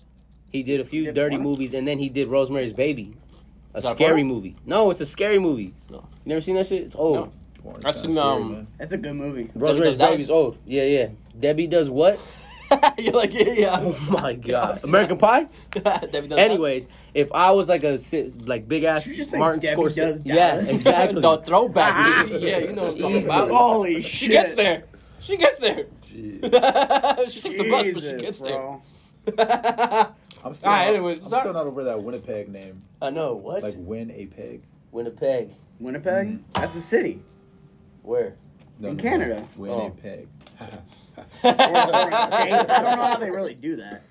A: He did a few
B: did
A: dirty
B: porno?
A: movies, and then he did Rosemary's Baby, a
C: Is that
A: scary
C: porno?
A: movie. No, it's a scary movie.
C: No.
A: You never seen that shit? It's old.
C: No.
D: Porn's
C: That's
D: kinda
C: in,
D: scary,
C: um,
D: man.
B: It's a good movie.
A: Rosemary's
C: Debbie Does Dallas?
A: Baby's old. Yeah, yeah. Debbie does what?
C: You're like yeah, yeah.
A: Oh my
C: I've
A: god.
C: seen
A: American Pie?
C: That does that.
A: Anyways, if I was like a si- like big ass
B: Did you just say
A: Martin
B: Debbie Does
A: Scorsese,
B: Dallas?
A: yeah, exactly. Oh,
C: the throwback.
B: Ah.
C: movie. yeah, you know what I'm talking
A: Easy.
C: about.
B: Holy shit.
C: she gets there. She gets there.
D: Jeez.
C: she takes the bus, but she
B: Jesus,
C: gets
B: bro.
C: there.
D: I'm still,
C: All right,
D: not,
C: anyways,
D: I'm
C: sorry.
D: still not over that Winnipeg name.
A: I know what?
D: Like win a peg.
A: Winnipeg.
B: Winnipeg?
A: Mm-hmm.
D: Mhm.
B: That's a city.
A: Where?
D: No,
B: In
D: no, no.
B: Canada.
D: Win
A: Oh.
D: a peg.
B: Or, or a state. I don't know how they really do that.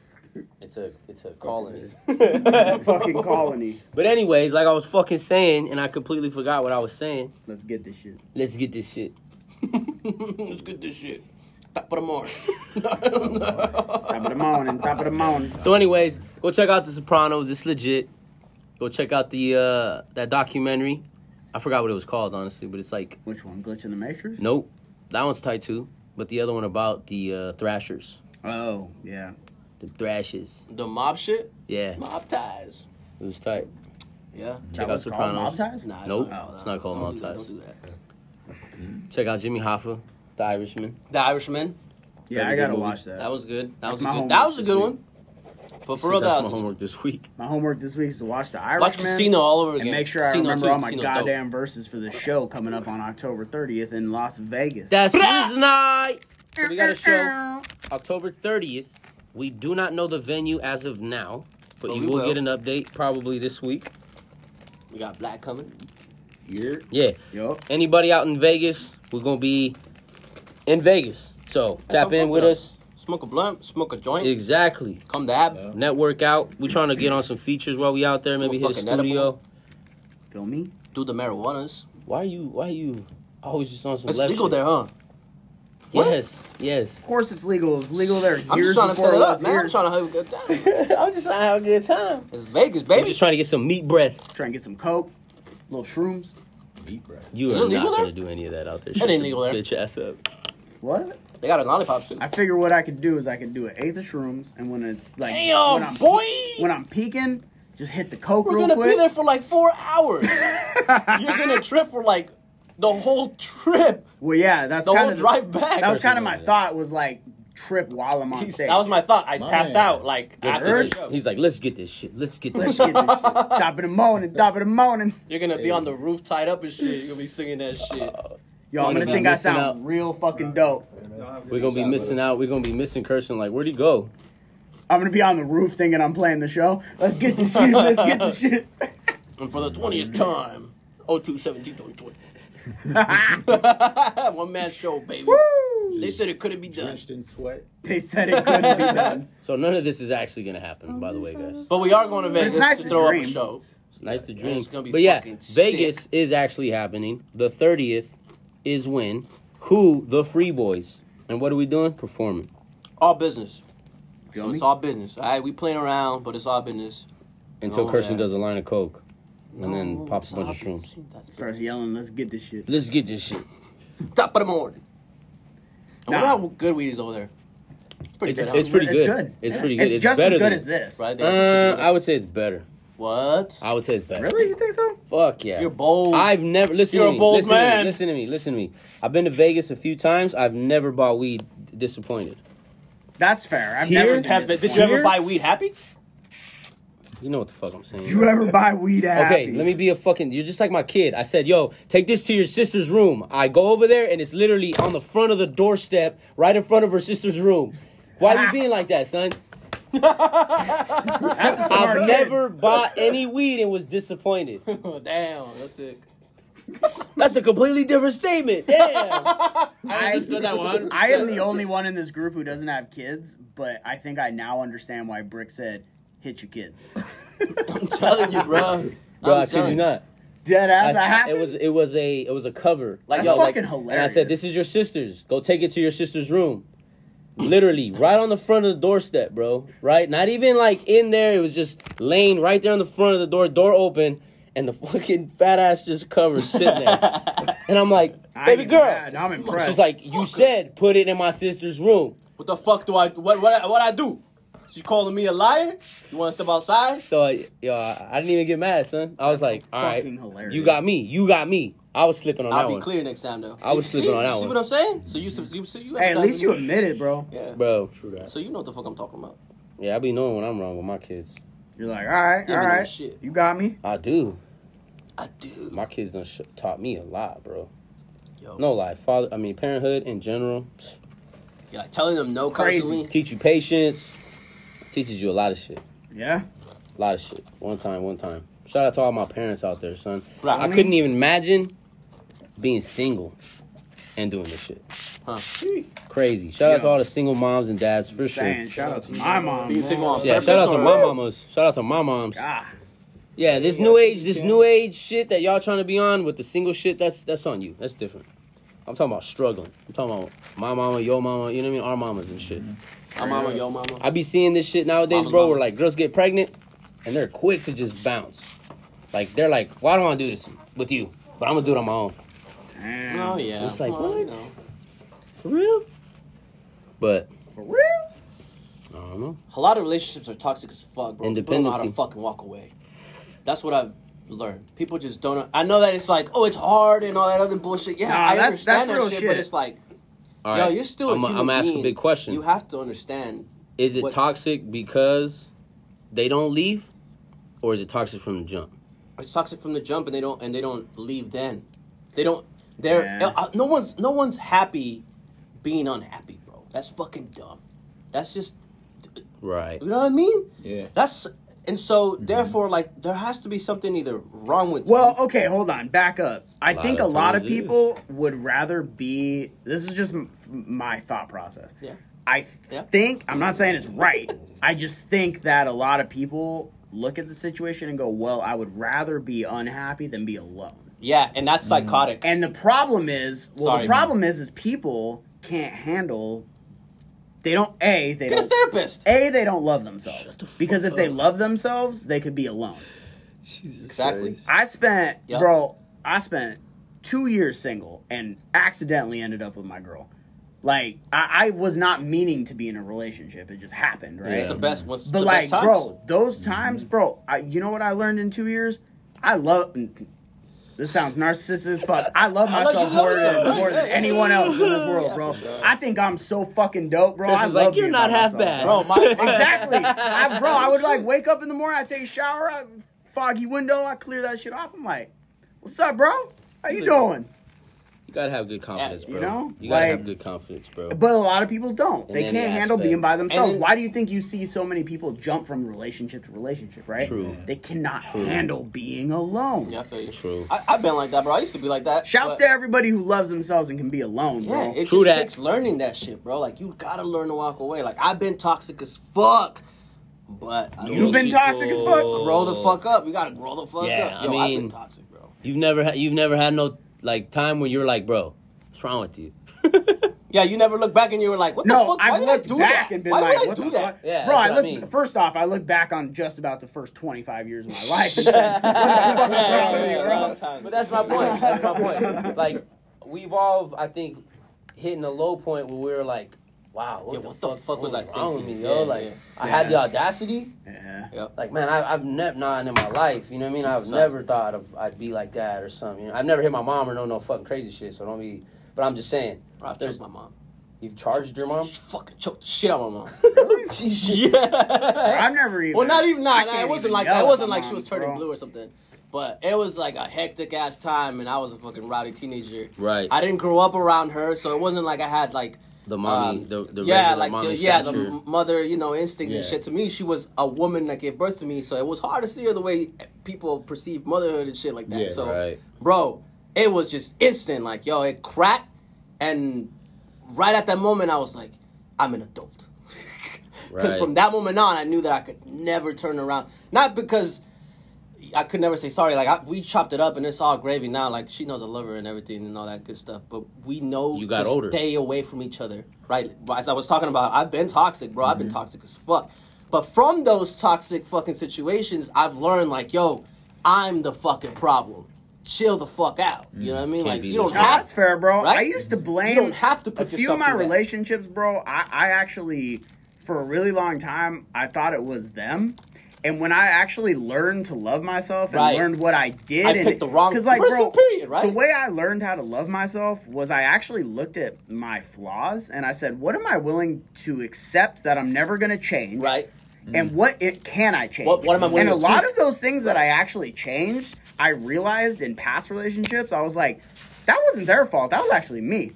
A: It's a it's a colony.
B: It's a fucking colony.
A: But anyways, like I was fucking saying, and I completely forgot what I was saying.
B: Let's get this shit.
A: Let's get this shit.
C: Let's get this shit. Top of the morning.
B: Top of the morning. Top of the morning.
A: So, anyways, go check out The Sopranos. It's legit. Go check out the uh that documentary. I forgot what it was called, honestly, but it's like
B: Which one? Glitch in the Matrix?
A: nope. That one's tight too, but the other one about the uh, Thrashers,
B: Oh, yeah.
A: the Thrashes.
C: the mob shit.
A: Yeah,
C: Mob ties.
A: it was tight.
C: Yeah.
A: Check out
B: was called
A: Sopranos.
B: Mob Ties?
C: Nah,
A: Nope,
C: not-
A: it's not called
C: don't
A: mob
C: do that,
A: ties.
C: Don't do that.
A: Check out Jimmy Hoffa, The Irishman.
C: The Irishman.
B: Yeah, I
A: Very good
B: gotta
A: movie.
B: watch that.
C: That was good. That
B: That's
C: was
B: my
C: good.
B: homework
C: That was a
B: this
C: good
B: week.
C: one. But for real,
A: that's
C: that
A: my
C: was a
A: homework this week.
B: My homework this week is to watch The
C: Watch
B: Irishman.
C: Casino all over
B: and
C: again.
B: make sure I
C: Casino
B: remember
C: too.
B: all my
C: Casino's dope.
B: goddamn verses for the show coming up on October 30th in Las Vegas.
A: That's News Night. So we got a show October 30th. We do not know the venue as of now, but
C: But
A: you
C: we
A: will,
C: will.
A: get an update probably this week.
C: We got Black coming.
D: Year.
A: Yeah.
B: Yup.
A: Anybody out in Vegas, we're going to be in Vegas. So tap
C: come
A: in
C: fuck
A: with
C: with
A: us.
C: Smoke a blunt. Smoke a joint.
A: Exactly.
C: Come to Ab.
D: Yeah.
A: Network out. We're trying to get on some features while we out there. Maybe hit a
C: Fucking edible.
A: studio.
B: Feel me?
C: Do the marijuanas.
A: Why are you? Why are you always just on some?
C: It's
A: left
C: legal
A: shit?
C: there, huh?
B: What?
C: Yes, yes.
B: Of course, it's legal. It was legal there years
C: I'm just trying to
B: before
C: set it
B: it
C: up,
B: was
C: man.
B: here.
C: I'm trying to have a good time.
A: I'm just trying to have a good time.
C: It's Vegas,
A: I'm
C: baby.
A: just trying to get some meat breath.
B: Trying to get some coke, little shrooms.
D: Meat breath.
A: You
C: Is
A: are
C: it legal
A: not
C: there?
A: gonna do any of that out there.
C: ain't legal there.
A: Bitch ass up.
B: What?
C: they got a lollipop too.
B: I figure what I could do is I could do an eighth of shrooms, and when it's like
C: Damn,
B: when I'm
C: boy!
B: when I'm peeking, just hit the coke
C: We're
B: real
C: gonna
B: quick.
C: be there for like four hours. You're gonna trip for like the whole trip,
B: Well, yeah, that's
C: the
B: kind
C: whole
B: of
C: drive back.
B: That was kind of
A: you're
B: my
A: gonna.
B: thought was like trip while I'm on
C: He's-
B: stage.
C: that was my thought. I
D: My
C: pass
D: man.
C: out like
A: Let's
C: after the
A: get
C: show.
A: this- He's like, let's get this shit. Let's get this
B: Let's get
A: shit.
B: this shit. Top of the morning, top of the morning.
C: You're gonna be on the roof tied up and shit. You're gonna be singing that shit.
B: Yo, I'm
A: Gonna
B: gonna
A: be
B: think I
A: missing
B: sound
A: out.
B: real fucking dope.
A: We're gonna be missing out. We're gonna be missing Kirsten. Like, where'd he go?
B: I'm gonna be on the roof thinking I'm playing the show. Let's get the shit. Let's get the shit.
C: And for the twentieth time, oh, 0217 One man show, baby. They said it couldn't be done,
D: Drenched in sweat.
B: They said it couldn't be done.
A: So none of this is actually gonna happen, by the way, guys.
C: but we are going to Vegas
B: nice
C: to
B: to
C: throw up
B: dream.
C: a show.
A: It's nice to dream.
C: It's gonna be
A: but yeah,
C: fucking sick.
A: Vegas is actually happening. The thirtieth is when who the Free Boys and what are we doing? Performing.
C: All business.
B: Feel
C: So
B: me?
C: it's all business. All right, we playing around, but it's all business.
A: Until
C: Oh,
A: Kirsten
C: yeah. Oh,
A: does a line of coke, and
B: Oh,
A: then pops a bunch of shrooms.
B: Starts yelling, "Let's get this shit."
A: Let's get this shit.
C: Top of the morning. I wonder
B: Nah.
C: how good weed is over there. It's pretty
A: It's,
C: good.
A: it's,
C: huh?
A: pretty
B: It's
A: good.
B: good.
A: It's
B: Yeah.
A: pretty good.
B: It's just as
A: better
B: good
A: than-
B: as this.
C: right there.
A: Uh, I would say it's better.
C: what?
A: I would say it's better.
B: Really? You think so?
A: Fuck yeah.
C: You're bold.
A: I've never listen.
C: You're
A: to
C: a
A: me,
C: bold
A: listen To
C: man.
A: me, listen to me. Listen to me. I've been to Vegas a few times. I've never bought weed disappointed.
B: That's fair. I've
A: Here?
B: never been
C: Have- did you
B: disappointed.
C: ever buy weed happy?
A: You know what the fuck I'm saying.
B: You ever buy weed at?
A: Okay, let me be a fucking. You're just like my kid. I said, "Yo, take this to your sister's room." I go over there, and it's literally on the front of the doorstep, right in front of her sister's room. Why you being like that, son?
B: That's a smart
A: I've
B: kid.
A: never bought any weed and was disappointed.
C: Damn, that's it.
A: That's a completely different statement. Damn.
C: I understood that one.
B: I am the only one in this group who doesn't have kids, but I think I now understand why Brick said, "Hit your kids."
C: I'm telling you, bro.
A: Bro, I
C: I'm
A: kid
C: telling
A: you not.
B: Dead
A: I
B: ass.
A: s-
B: That happened.
A: it was it was a it was a cover. Like
B: That's
A: yo, like,
B: fucking
A: And I said,
B: hilarious.
A: "This is your sister's. Go take it to your sister's room." Literally, right on the front of the doorstep, bro. Right, not even like in there. It was just laying right there on the front of the door. Door open, and the fucking fat ass just cover sitting there. and I'm like,
B: I
A: "Baby
B: ain't
A: girl,"
B: mad. I'm impressed.
A: she's like, "You said put it in my sister's room."
C: What the fuck do I? What what what I do? She calling me a liar? You want to step outside?
A: So I, yo, I I didn't even get mad, son. I was like, "All right,
B: fucking hilarious.
A: you got me. You got me." I was slipping on
C: I'll
A: that
C: be
A: one,
C: clear next time though.
A: I was
C: See-
A: sleeping
C: see,
A: on that
C: See
A: one.
C: what I'm saying? So you, so you, so you.
B: Hey, at least you
C: admit.
B: admit it, bro.
C: Yeah.
A: bro.
D: True that.
C: So you know what the fuck I'm talking about.
A: Yeah, I be knowing when I'm wrong with my kids.
B: You're like, all right,
C: Yeah,
B: all
C: but no
B: right.
C: shit.
B: You got me.
A: I do.
C: I do.
A: My kids done sh- taught me a lot, bro.
C: Yo.
A: No lie, father. I mean, parenthood in general
C: Yeah, like telling them no
B: Crazy.
C: constantly.
A: teach you patience. Teaches you a lot of shit.
B: Yeah.
A: A lot of shit. One time, one time. Shout out to all my parents out there, son.
C: Right.
A: I couldn't even imagine being single and doing this shit.
C: Huh.
A: Crazy. Shout out to
B: Yeah.
A: all the single moms and dads for
B: Saying,
A: sure.
B: shout out to my mom.
C: You single on
A: Yeah,
C: purpose
A: shout out to
C: or-
A: my mamas. Shout out to my moms.
B: Ah,
A: Yeah, this new age, this new age shit that y'all trying to be on with the single shit, that's that's on you. That's different. I'm talking about struggling. I'm talking about my mama, your mama, you know what I mean? Our mamas and shit.
C: My mama, yo mama.
A: I be seeing this shit nowadays,
C: Mm-hmm. Mama's
A: bro,
C: mama.
A: where like girls get pregnant and they're quick to just bounce. Like they're like, "Why do I want to do this with you? But I'm gonna do it on my own."
B: damn.
C: oh yeah.
A: It's like,
C: Well,
A: what?
C: you know.
A: For real? But
B: For real?
A: I don't know.
C: A lot of relationships are toxic as fuck, bro. People don't know how to
A: Independency.
C: fucking walk away. That's what I've learned. People just don't. Know. I know that it's like, oh, it's hard and all that other bullshit. Yeah,
B: Nah,
C: I
B: that's-
C: understand
B: that's
C: that
B: real
C: shit, but
B: shit.
C: it's like,
A: All
C: yo,
A: right,
C: you're still.
A: I'm
C: a human
A: I'm asking a
C: being.
A: big question.
C: You have to understand.
A: is it
C: what-
A: toxic because they don't leave, or is it toxic from the jump?
C: It's toxic from the jump, and they don't and they don't leave. Then, they don't. They're
B: Yeah.
C: uh, no one's no one's happy being unhappy, bro. That's fucking dumb. That's just
A: Right.
C: you know what I mean.
D: Yeah.
C: That's and so
A: Mm-hmm.
C: therefore, like there has to be something either wrong with.
B: Well,
C: you.
B: okay, hold on. Back up. I
A: lot
B: think a
A: of
B: lot of
A: times it
B: people would rather be. This is just m- my thought process.
C: Yeah.
B: I th-
C: Yeah.
B: think I'm not saying it's right. I just think that a lot of people look at the situation and go, "Well, I would rather be unhappy than be alone." Mm.
C: Yeah, and that's psychotic.
B: And the problem is, well,
C: Sorry,
B: the problem is, is people can't handle. They don't a they
C: Get a
B: don't
C: therapist.
B: a they don't love themselves because if they
C: up.
B: love themselves, they could be alone.
C: Exactly.
B: I spent,
C: Yup.
B: bro, I spent two years single and accidentally ended up with my girl. Like, I, I was not meaning to be in a relationship. It just happened, right?
C: It's the best. What's
B: but,
C: the
B: like,
C: best times. Mm-hmm.
B: bro, those times, bro, I, you know what I learned in two years? I love. This sounds narcissist as fuck. I love
C: I like
B: myself
C: you,
B: more,
C: yeah,
B: than,
C: right,
B: more than
C: yeah,
B: anyone
C: yeah,
B: else in this
C: yeah.
B: world, bro. I think I'm so fucking dope, bro.
A: Oh,
E: Chris
B: I
E: is
B: love
E: like, "You're
B: being
E: not
B: by
E: half
B: myself,
E: bad."
C: Bro, my, my
B: exactly. I, bro, I would like wake up in the morning, I take a shower, I, foggy window, I clear that shit off. I'm like, what's up, bro? How you doing?
A: You gotta have good confidence, bro.
B: You know?
A: you gotta
B: Like-
A: have good confidence, bro.
B: But a lot of people don't.
A: In
B: They
A: any
B: can't handle
A: aspect.
B: being by themselves.
C: And-
B: Why do you think you see so many people jump from relationship to relationship, right?
A: True.
B: They cannot handle being alone.
C: Yeah, I feel you.
A: True.
C: I, I've been like that, bro. I used to be like that.
B: Shouts
C: but-
B: to everybody who loves themselves and can be alone,
C: Yeah,
B: bro.
C: it
A: True
C: just
A: that.
C: takes learning that shit, bro. Like you gotta learn to walk away. Like I've been toxic as fuck, but I
B: You've
C: mean,
B: been toxic as fuck.
C: grow the fuck up. You gotta grow the fuck
A: Yeah,
C: up.
A: I
C: Yo, I've
A: mean-
C: been toxic, bro.
A: You've never had. You've never had no like time when you're like, bro, what's wrong with you?
C: Yeah, you never look back and you were like, what the
B: No,
C: fuck? Why
B: I've
C: did I
B: looked
C: do
B: back
C: that?
B: and been
C: Why
B: like,
C: would I
B: what
C: do
B: the
C: that?
B: fuck?
A: Yeah,
B: bro,
A: that's what
B: I
A: I
B: look.
A: mean.
B: First off, I look back on just about the first 25 years of my life. and say, what the fuck is wrong with me, bro?
A: But that's my point. That's my point. Like we've all, I think, hitting a low point where we were like, wow, what,
C: Yeah,
A: the,
C: what
A: fuck, was, I wrong with
C: thinking?
A: me, yo?
C: Yeah,
A: like
C: yeah.
A: I had the
B: Yeah.
A: audacity.
B: Yeah.
A: Like man, I, I've never not in my life. You know what I mean? I've
C: Son.
A: never thought of I'd be like that or something. You know, I've never hit my mom or no no fucking crazy shit. So don't be. But I'm just saying,
C: Bro, I
A: There's-
C: choked my mom.
A: you've charged your mom.
C: She fucking choked the shit out of my mom. Jesus. Yeah.
B: I've never even.
C: Well, not even
B: I
C: nah, nah,
B: can't
C: It wasn't
B: even
C: like
B: yell
C: that. It
B: at
C: wasn't
B: my
C: like she
B: mom,
C: was turning
B: bro.
C: blue or something. But it was like a hectic ass time, and I was a fucking rowdy teenager.
A: Right.
C: I didn't grow up around her, so it wasn't like I had like
A: the mommy.
C: um,
A: the the
C: yeah,
A: regular
C: like
A: mommy
C: the, yeah, the
A: structure.
C: m- mother, you know, instincts and
A: Yeah.
C: shit. To me, she was a woman that gave birth to me, so it was hard to see her the way people perceive motherhood and shit like that.
D: Yeah,
C: so,
A: right.
C: bro, it was just instant. Like, yo, it cracked, and right at that moment, I was like, I'm an adult. Because
A: Right.
C: from that moment on, I knew that I could never turn around. Not because I could never say sorry. Like I, we chopped it up, and it's all gravy now. Like she knows I love her and everything and all that good stuff. But we know
A: You got
C: to
A: older.
C: Stay away from each other, right? As I was talking about, I've been toxic, bro. I've been
A: Mm-hmm.
C: toxic as fuck. But from those toxic fucking situations, I've learned like, yo, I'm the fucking problem. Chill the fuck out. You know what I mean?
A: Mm-hmm. Can't
C: Like
A: be
C: you don't
A: this
B: No, that's
C: have.
B: fair, bro. I
C: Right?
B: used to blame.
C: You don't have to
B: a
C: put
B: few
C: yourself
B: of my
C: through that.
B: relationships, bro. I, I actually, for a really long time, I thought it was them. And when I actually learned to love myself and
C: Right.
B: learned what I did,
C: I
B: and
C: picked the wrong
B: 'cause, like,
C: person,
B: bro,
C: period, right?
B: The way I learned how to love myself was I actually looked at my flaws and I said, "What am I willing to accept that I'm never going to change?"
C: Right.
B: and what it can I change?
C: What- what am I willing
B: And a
C: to
B: lot
C: tweak?
B: of those things that I actually changed, I realized in past relationships, I was like, that wasn't their fault. That was actually me.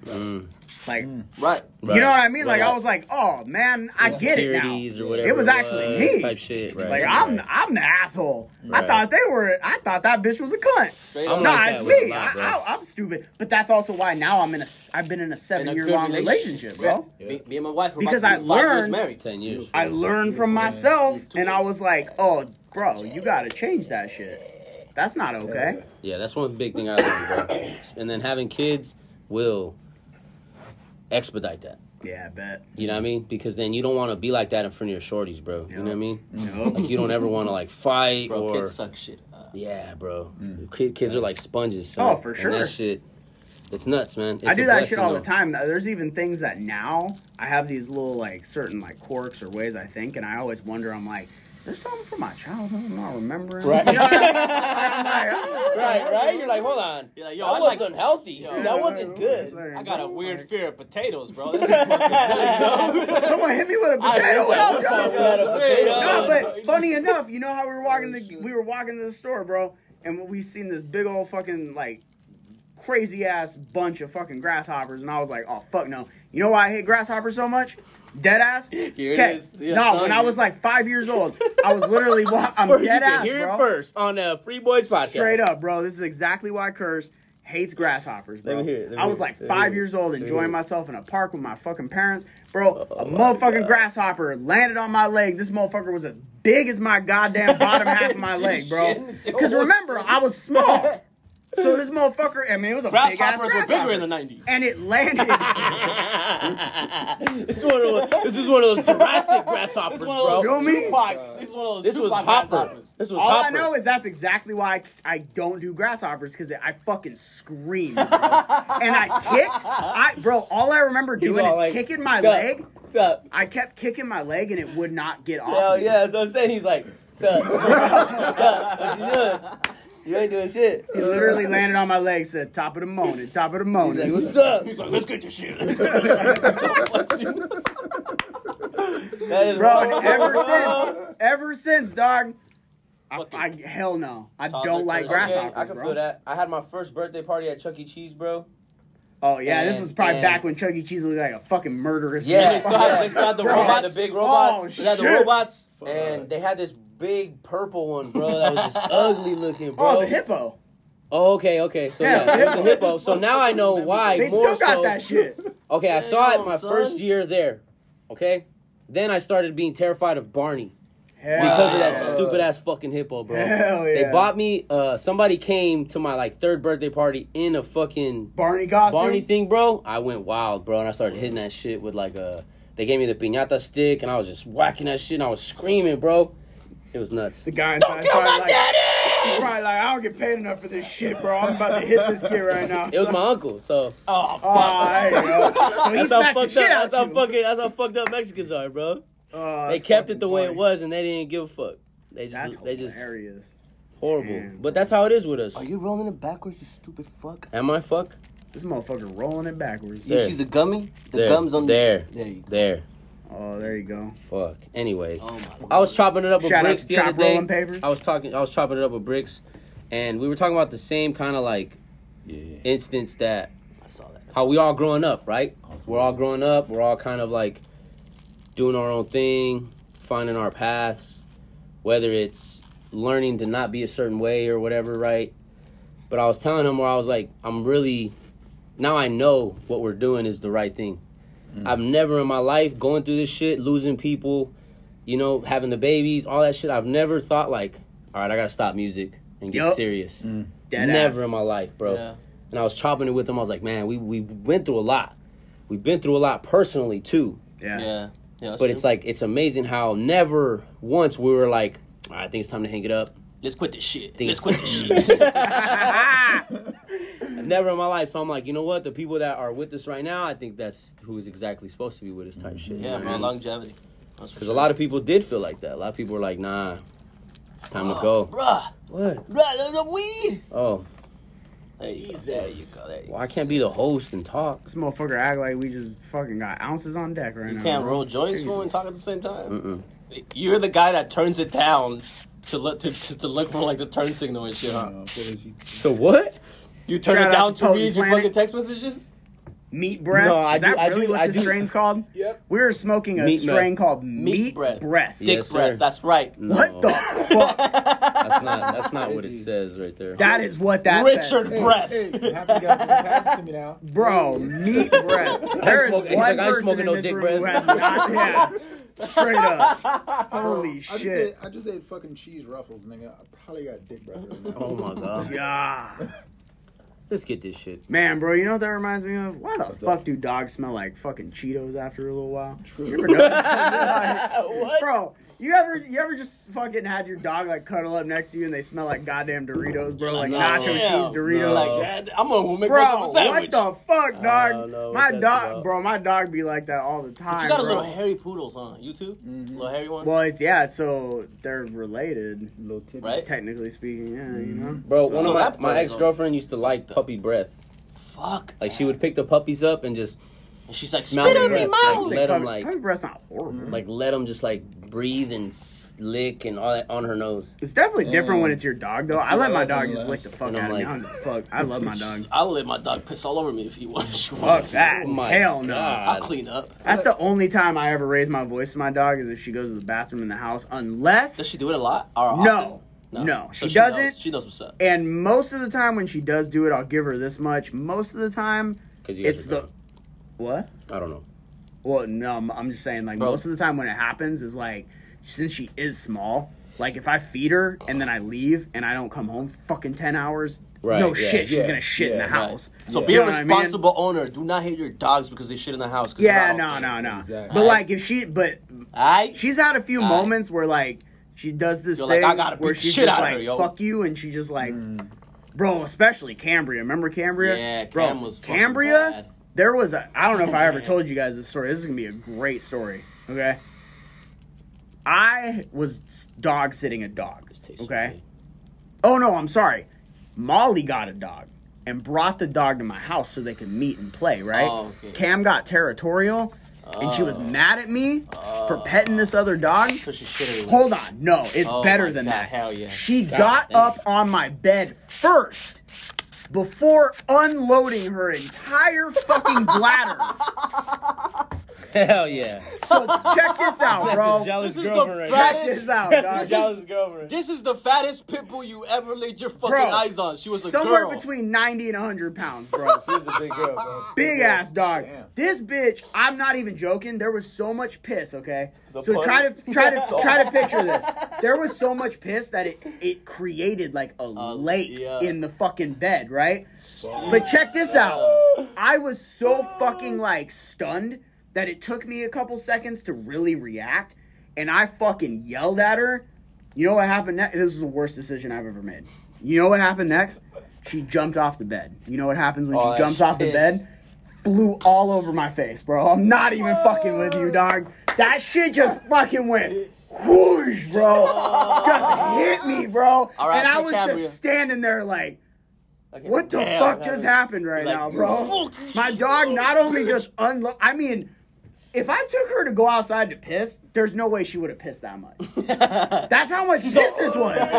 B: Like,
C: Right.
B: you
A: Right.
B: know what I mean? Like,
A: Mm. Right.
B: I was like, oh man, I get it now.
A: Insecurities Or whatever
B: It was actually me.
A: Type shit. Right.
B: Like,
A: right.
B: I'm I'm the asshole. I
A: Right.
B: thought they were. I thought that bitch was a cunt.
C: Straight
A: I'm
C: up.
B: Nah,
A: like
B: it's
A: that with a
B: me.
A: lot, bro.
B: I, I, I'm stupid. But that's also why now I'm in a. s- I've been in a seven
C: In a
B: year
C: good
B: long relationship, bro.
C: Yeah. Me, me and my wife were
B: Because
C: about
B: I
C: to be five years
B: learned-
C: married.
A: ten years.
B: I learned from myself, and I was like, "Oh, bro, you gotta change that shit. That's not okay."
A: Yeah, that's one big thing I learned, bro. And then having kids will expedite that.
B: Yeah, I bet.
A: You know what I mean? Because then you don't want to be like that in front of your shorties, bro. You know what I mean? Like
B: No,
A: you don't ever want to like fight
C: Bro,
A: or
C: kids suck shit. Uh, up.
A: yeah, bro.
C: Mm.
A: Kid, kids are like sponges. So,
B: Oh, for
A: And
B: sure.
A: that shit, it's nuts, man. It's
B: I do
A: a
B: that
A: blessing,
B: shit all the
A: though.
B: time. There's even things that now I have these little like certain like quirks or ways I think, and I always wonder. I'm like, "Is there something from my childhood I'm not remembering?"
A: Right.
B: You know what I mean? I'm like, "Oh,
A: Right, right. You're like, hold on.
C: You're like, yo,
A: that
C: I
A: wasn't
C: like-
A: healthy.
C: Yo.
A: that wasn't good.
B: it's like,
C: I got a weird
B: like,
C: fear of potatoes, bro. This is fucking good, yo.
B: Someone hit me with a potato. when I was
A: time
B: young.
A: we had a potato.
B: No, but funny enough, you know how we were walking to we were walking to the store, bro, and we seen this big old fucking like crazy ass bunch of fucking grasshoppers, and I was like, oh fuck no. You know why I hate grasshoppers so much? Dead ass.
C: Here it
B: 'Kay.
C: is. Yeah,
B: no,
C: son,
B: when I
C: you-
B: was like five years old, I was literally wa- I'm
A: Bro, you
B: dead
A: can
B: ass,
A: hear it
B: bro.
A: first on a Free Boys podcast.
B: Straight up, bro. This is exactly why Curse hates grasshoppers, bro.
A: Let me hear it, let me
B: I was
A: hear it,
B: like
A: let me
B: five
A: hear it, Oh
B: years old, enjoying myself in a park with my fucking parents, bro. a
A: my
B: motherfucking
A: God.
B: grasshopper landed on my leg. This motherfucker was as big as my goddamn bottom half of my leg, bro.
C: Shit.
B: Because remember, I was small. So this motherfucker, I mean, it was a big ass
C: Grasshoppers were bigger in the 90s.
B: and it landed.
C: This is one of those, this is one of those Jurassic grasshoppers, bro.
B: You know me?
C: Tupac- This is one of those
A: This was
C: Tupac
A: Hopper.
C: grasshoppers.
A: This was
B: All
A: Hopper.
B: I know is that's exactly why I, I don't do grasshoppers because I fucking scream, bro. and I kicked. I bro, all I remember doing
C: all
B: is
C: like,
B: kicking my
C: "Sup,
B: leg.
C: sup?"
B: I kept kicking my leg and it would not get off.
A: Hell
B: me.
A: yeah, that's what I'm saying. He's like, Sup? Sup? What you doing? You ain't doing shit.
B: He literally landed on my leg, said top of the morning, top of the
A: He's like,
B: morning.
A: what's up?
C: He's like, let's get this shit. Let's get this shit.
A: That is
B: Bro, ever since, ever since, dog. I,
C: Fucking
B: I hell no. I
C: toddler
B: don't like
C: Chris. Yeah,
B: grasshoppers,
A: I can
B: bro.
A: feel that. I had my first birthday party at Chuck E. Cheese, bro.
B: Oh yeah, this
A: And-
B: was probably
A: and-
B: back when Chuck E. Cheese looked like a fucking murderous.
A: Yeah,
C: they still had- they still had the
A: Bro,
B: robots.
A: had the big robots.
B: Oh,
C: Is that the
B: Shit.
C: robots?
A: and they had this big purple one, bro. That was just ugly looking, bro.
B: Oh, the hippo.
A: Oh, okay, okay. So
B: Yeah,
A: yeah,
B: the
A: it was
B: hippo.
A: a hippo. So now I know why.
B: They
A: more
B: still got
A: so,
B: that shit.
A: Okay, I saw it
C: Damn,
A: my
C: son.
A: first year there. Okay, then I started being terrified of Barney
B: Hell
A: because of that
B: yeah.
A: stupid ass fucking hippo, bro.
B: Hell yeah.
A: They bought me. Uh, somebody came to my like third birthday party in a fucking
B: Barney costume.
A: Barney thing, bro. I went wild, bro, and I started hitting that shit with like a. They gave me the piñata stick, and I was just whacking that shit, and I was screaming, bro. It was nuts.
B: The guy inside is probably like, he's probably like, I don't get paid enough for this shit, bro. I'm about to hit this kid right now.
A: It was my uncle, so
C: Oh, fuck.
B: Oh, there you go. So he
A: that's how
B: smacked the
A: fucked up.
B: shit out
A: That's how
B: of you.
A: fucking. That's how fucked up Mexicans are, bro.
B: Oh,
A: They
B: that's
A: kept
B: fucking
A: it the way it
B: funny.
A: was, and they didn't give a fuck. They just,
B: That's
A: they just
B: hilarious.
A: horrible.
B: Damn,
A: but that's how it is with us.
E: Are you rolling it backwards, you stupid fuck?
A: Am I fuck?
B: This motherfucker rolling it backwards.
E: You
A: There.
E: see the gummy? The
A: There.
E: gums on the
A: There.
E: There you go.
A: There,
B: Oh, there you go.
A: fuck. Anyways,
E: Oh my
A: I was chopping it up with
B: Shout out
A: bricks
B: to
A: the
B: Chop
A: other day.
B: Rolling Papers.
A: I was talking. I was chopping it up with bricks, and we were talking about the same kind of like
D: Yeah.
A: instance that
E: I saw that.
A: how we all growing up, right? We're all growing up. We're all kind of like doing our own thing, finding our paths, whether it's learning to not be a certain way or whatever, right? But I was telling him where I was like, I'm really now I know what we're doing is the right thing. I've never in my life going through this shit, losing people, you know, having the babies, all that shit. I've never thought like, all right, I gotta stop music and get
B: Yup.
A: serious.
B: Dead
A: never
B: ass.
A: in my life, bro
C: Yeah.
A: and I was chopping it with him. I was like, man, we we went through a lot. We've been through a lot personally too.
B: Yeah.
C: Yeah. yeah
A: But it's like it's amazing how never once we were like, "All right, I think it's time to hang it up.
C: let's quit this shit.
A: Think
C: Let's
A: it's-
C: quit this shit.
A: never in my life. So I'm like, you know what? The people that are with us right now, I think that's who is exactly supposed to be with us type shit.
C: yeah, bro. Longevity.
A: Because a lot of people did feel like that. A lot of people were like, nah, it's time to
C: Oh,
A: go.
C: Bruh,
A: What?
C: bruh, there's a weed.
A: Oh,
C: There you go. There you go. There you
A: well, I can't be the host and talk.
B: This motherfucker act like we just fucking got ounces on deck right
C: You
B: now.
C: can't
B: bro.
C: roll joints
B: Jesus.
C: fool, and talk at the same time.
A: Mm-mm.
C: You're the guy that turns it down to look to, to, to look for like the turn signal and shit.
D: Uh,
C: Huh?
D: what is he?
A: So what?
C: You turn
B: Shout
C: it
B: out
C: down
B: to
C: to
B: Potent
C: read your
B: Planet.
C: fucking text messages.
B: Meat breath.
A: No, I
B: Is that
A: do- I
B: really
A: do-
B: what
A: I
B: this
A: do-
B: strain's called?
D: Yep.
B: We were smoking a
A: Meat
B: strain
A: breath.
B: called meat, breath.
C: breath. Dick
A: Yes,
C: breath.
A: sir.
C: That's right.
B: What the
A: Oh.
B: fuck?
A: That's not. That's not what it says right there.
B: That is what that
C: Richard
B: says.
D: Hey,
C: Breath.
D: Hey, happy you guys passed to me now.
B: Bro, meat breath. There is
A: smoke- he's like,
B: one
A: I ain't
B: person
A: smoking
B: in
A: no
B: this
A: dick
B: room
A: breath.
B: who has not. Yeah, straight up.
D: Oh, I
B: Holy
D: just
B: shit.
D: ate- I just ate fucking cheese ruffles, nigga. I probably got dick breath right now.
A: Oh my god.
B: Yeah,
A: Let's get this shit.
B: man, bro. You know what that reminds me of? Why the
D: What's
B: fuck
D: up?
B: do dogs smell like fucking Cheetos after a little while?
D: True.
B: You ever notice that?
C: what?
B: bro? You ever you ever just fucking had your dog like cuddle up next to you and they smell like goddamn Doritos, bro? Like
A: No.
B: nacho
C: Damn.
B: cheese Doritos.
A: No.
C: Like that, I'm gonna make
B: Bro,
C: myself a
B: what
C: sandwich.
B: the fuck,
A: I
B: dog?
A: don't know what
B: My
A: that's about.
B: dog, bro, my dog be like that all the time.
C: you got a
B: bro.
C: little hairy poodles, huh? You too?
B: Mm-hmm.
C: Little hairy one.
B: Well, it's yeah, so they're related,
D: Little tip.
C: Right?
B: technically speaking. Yeah, you know.
A: Mm-hmm. Bro, one
C: so
A: of my,
C: that
A: my
C: part-
A: ex girlfriend used to like puppy breath.
C: Fuck.
A: Like she would pick the puppies up and just
C: And she's like,
A: Smell
C: spit
A: the
C: in me
A: breath,
C: mouth.
A: like, let 'em,
B: Puppy-
A: like-
B: puppy breath's not
C: Mm-hmm.
B: horrible.
A: like let them just like breathe and s- lick and all that on her nose.
B: It's definitely different
D: Mm.
B: when it's your dog though.
D: It's
B: I let my
D: like
B: dog
D: the
B: just lick
D: last-
B: the fuck
A: And I'm
B: out of me. I
A: like-
B: don't give a fuck. I love my dog.
C: I'll let my dog piss all over me if he wants. She
B: Fuck
C: wants.
B: that.
A: Oh my
B: Hell no.
A: God.
C: I'll clean up.
B: That's the only time I ever raise my voice to my dog is if she goes to the bathroom in the house, unless
C: Does she do it a lot? Or
B: no,
C: often?
B: no,
C: So
B: she, doesn't.
C: knows- she knows what's up.
B: And most of the time when she does do it, I'll give her this much. Most of the time,
A: Cause you guys
B: it's
A: are
B: the
A: drunk.
B: what?
A: I don't know.
B: Well, no, I'm, I'm just saying, like,
C: Bro.
B: most of the time when it happens is like, since she is small, Like if I feed her and then I leave and I don't come home fucking ten hours,
A: Right,
B: no
A: yeah,
B: shit, she's
D: yeah,
B: gonna shit in
D: yeah,
B: the
D: right.
B: house.
C: So
D: Yeah.
C: be
B: You
C: a
B: know what I mean?
C: responsible owner. Do not hit your dogs because they shit in the house. 'cause
B: Yeah,
C: it's
B: no,
C: not
B: no, no.
D: Exactly.
B: But like if she, but
C: I
B: she's had a few
C: Aight.
B: moments where like she does this
C: You're like,
B: thing
C: "I gotta
B: where
C: beat the
B: she's
C: shit
B: just
C: out of
B: like
C: her, yo." Mm.
B: fuck you, and she just like,
D: Mm.
B: bro, especially Cambria. Remember Cambria?
C: Yeah, Cam
B: bro,
C: was fucking
B: Cambria.
C: bad.
B: There was a I don't know if I ever told you guys this story. This is gonna be a great story. Okay. I was dog sitting a dog.
C: tastes
B: Okay. Oh no, I'm sorry. Molly got a dog and brought the dog to my house so they could meet and play, right?
C: Oh, okay. Oh.
B: Cam got territorial and she was mad at me for petting this other dog.
C: so she shit everywhere.
B: Hold on. No, it's
C: Oh
B: better
C: my
B: than
C: God,
B: that.
C: hell yeah.
B: She
C: God
B: got
C: damn.
B: up on my bed first before unloading her entire fucking bladder.
E: Hell yeah.
B: So check this out, bro.
E: jealous
C: This is
E: girlfriend
C: the
E: right
C: fattest-
B: check this out,
E: That's
B: dog.
E: a jealous girlfriend.
C: This is the fattest pit bull you ever laid your fucking
B: Bro,
C: eyes on. She was a
B: Somewhere
C: girl.
B: between 90 and 100 pounds, bro.
E: She's a big girl, bro.
B: Big ass dog.
D: Damn.
B: This bitch, I'm not even joking. There was so much piss, okay?
E: So
B: so try to
E: funny.
B: try to try to picture this. There was so much piss that it it created like a lake
C: Uh, yeah.
B: in the fucking bed, right?
D: Fuck.
B: But check this out. I was so fucking like stunned that it took me a couple seconds to really react, and I fucking yelled at her. You know what happened next? This was the worst decision I've ever made. You know what happened next? She jumped off the bed. You know what happens when
A: Oh,
B: she
A: that's
B: jumps off the
A: piss.
B: bed? Flew all over my face, bro. I'm not even fucking with you, dog. That shit just fucking went whoosh, bro. Just hit me, bro.
C: All right,
B: and I
C: pick
B: was
C: Gabrielle.
B: just standing there like, what the
C: Damn,
B: fuck
C: that
B: just
C: was-
B: happened right
C: like,
B: now, bro? My dog not only just unlo I mean, if I took her to go outside to piss, there's no way she would have pissed that much. That's how much piss this was.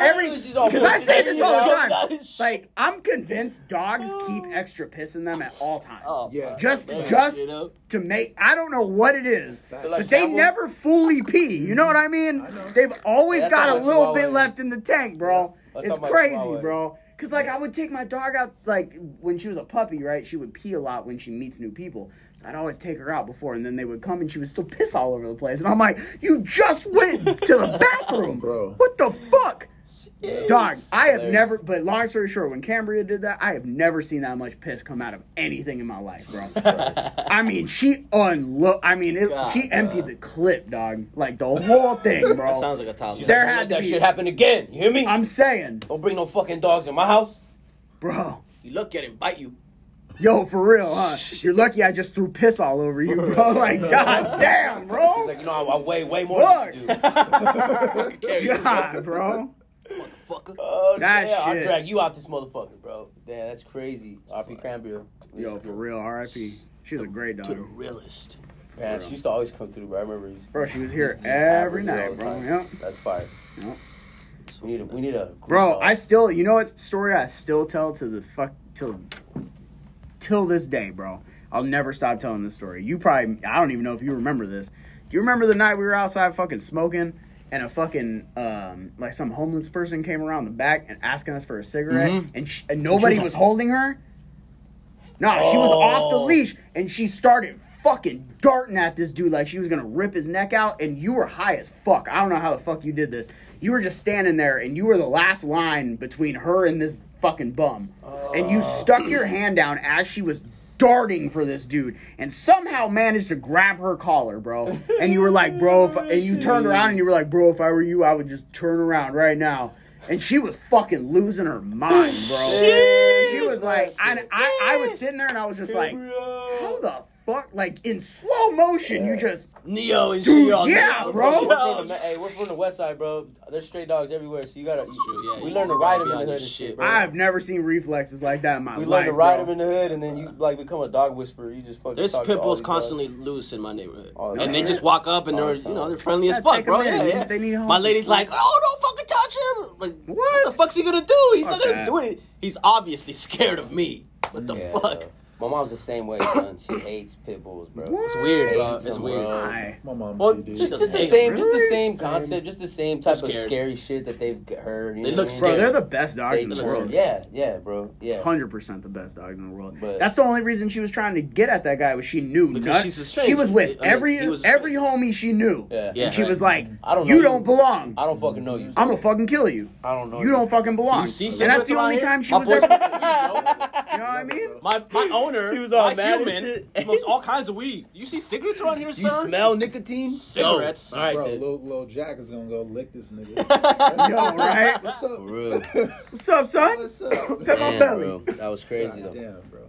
B: Every
C: She's all
B: because I say this all the time.
C: She's all-
B: Like I'm convinced dogs keep extra piss in them at all times.
C: Oh,
D: Yeah.
B: Just
C: man,
B: just
C: you know?
B: to make I don't know what it is,
D: They're
B: but
D: like
B: they
A: camels.
B: never fully pee. You know what I mean?
D: I know.
B: They've always
A: That's
B: got
A: how
B: a
A: my
B: little bit
A: chihuahua is.
B: left in the tank, bro.
A: That's
B: It's
A: how my
B: crazy,
A: chihuahua
B: bro. Cause like I would take my dog out like when she was a puppy, right? She would pee a lot when she meets new people. So I'd always take her out before, and then they would come and she would still piss all over the place. And I'm like, "You just went to the bathroom,
D: Bro.
B: What the fuck, dog? I have
A: Hilarious.
B: never. But long story short, when Cambria did that, I have never seen that much piss come out of anything in my life, bro. I mean, she unlo. I mean, it,
C: God,
B: she
C: bro.
B: emptied the clip, dog. Like the whole thing, bro.
C: That sounds like a toddler.
A: She's like,
B: There had
A: let
B: to
A: that
B: be-
A: shit happen again. You hear me?
B: I'm saying,
A: Don't bring no fucking dogs in my house.
B: bro.
A: You look at him, bite you.
B: Yo, for real, huh? You're lucky I just threw piss all over you, bro. Like, god damn,
A: He's
B: bro.
A: like, you know, I, I weigh way more than you do.
B: God, bro.
C: Motherfucker.
A: Oh,
B: That
A: damn,
B: shit.
A: I'll drag you out this motherfucker, bro. Damn, that's crazy. RP Cranberry.
B: Yo, for real, R.I.P. She was a great
C: To the
B: dog,
C: realest.
A: Man, she used to always come through, bro. I remember. Used to,
B: bro. She was
A: used
B: here
A: to just have her
B: every
A: here all
B: night,
A: the
B: bro.
A: time.
B: Yep.
A: That's fire.
B: Yep.
A: We need a. We need a. group
B: Bro,
A: dog.
B: I still, you know what story I still tell to the fuck till till this day, bro. I'll never stop telling this story. You probably, I don't even know if you remember this. Do you remember the night we were outside fucking smoking and a fucking um like some homeless person came around the back and asking us for a cigarette and, sh and nobody was holding her? No, she was off the
A: Oh.
B: leash and she started fucking darting at this dude like she was gonna rip his neck out. And you were high as fuck. I don't know how the fuck you did this. You were just standing there and you were the last line between her and this fucking bum. And you stuck your hand down as she was darting for this dude and somehow managed to grab her collar, bro. And you were like, bro, if I-" and you turned around and you were like, bro, if I were you, I would just turn around right now. And she was fucking losing her mind, bro. She was like, I, I, I was sitting there and I was just like, how the fuck? Like in slow motion, you just
C: Neo and
B: Dude,
C: she all
B: yeah,
C: Neo,
B: bro.
A: We're
C: Neo.
A: from the, hey, we're from the west side, bro. There's stray dogs everywhere, so you gotta.
C: true, yeah,
A: we
C: you
A: learn to ride
C: gotta be
A: them in
C: on
A: the
C: your
A: hood and
C: shit,
A: shit,
C: bro.
A: bro.
B: I've never seen reflexes like that in my
A: we
B: life.
A: learn to ride
B: bro.
A: them in the hood, and then you like become a dog whisperer. You just fucking.
C: There's
A: talk to
C: pit
A: all
C: bulls
A: these
C: constantly
A: dogs.
C: loose in my neighborhood,
A: Oh,
C: and
A: that's
C: they
A: right.
C: just walk up and
A: All
C: they're
A: the
C: you know
A: time.
C: they're friendly
B: Yeah,
C: as fuck,
B: take 'em
C: bro.
B: in.
C: Yeah,
B: They-
C: yeah.
B: they need help
C: my
B: and
C: lady's
B: stuff.
C: like, oh, don't fucking touch him. Like, what?
B: What?
C: the fuck's he gonna do? He's
B: Fuck
C: not gonna
B: that.
C: do it. He's obviously scared of me. What the
A: Yeah,
C: fuck?
A: bro. My mom's the same way, son. She hates pit bulls, bro.
B: What?
C: It's weird,
A: Hates
C: bro. It's
A: them,
C: weird.
A: bro.
B: I,
D: My mom.
C: Well,
D: she did.
C: just-
A: Just,
C: Doesn't
A: just the
C: hate.
A: same, just the
B: Really?
A: same
B: Same.
A: concept, just the same type
C: They're
A: of
C: scared.
A: scary shit that they've g- heard. You
C: They
A: know
C: look
A: what I mean?
B: bro,
C: scared.
B: they're the best dogs
A: They
B: in the
A: look-
B: world.
A: Yeah, yeah, bro. Yeah.
B: Hundred percent the best dogs in the world.
A: But-
B: That's the only reason she was trying to get at that guy was she knew.
C: Because
B: none-
C: she's a
B: she
C: stranger.
B: was with
C: I mean,
B: every
C: he was a
B: every
C: stranger.
B: homie she knew.
A: Yeah.
C: Yeah.
B: and she
C: right.
B: was like,
A: I don't
B: "You
A: know
B: don't belong.
A: I don't fucking know you.
B: I'm gonna fucking kill you.
A: I don't know.
B: You don't fucking belong."
C: Do you see
B: and that's
C: cigarettes
B: the
C: around
B: only
C: here?
B: time she
C: My
B: was
C: boy's-
B: ever. You know what
D: Love
B: I
D: it,
B: mean?
D: bro.
C: My my owner,
A: He was all
C: my
A: mad and
C: human,
A: shit.
C: smokes all kinds of weed. You see cigarettes around here,
A: You
C: sir?
A: smell nicotine?
C: Cigarettes.
A: No. All right,
D: Bro,
A: then.
D: little, little Jack is gonna go lick this nigga.
B: Yo, right?
D: What's up?
A: Really?
B: What's up, son?
D: What's up?
B: Pep my
A: Damn,
B: belly.
A: bro. That was crazy, though.
D: God damn, bro.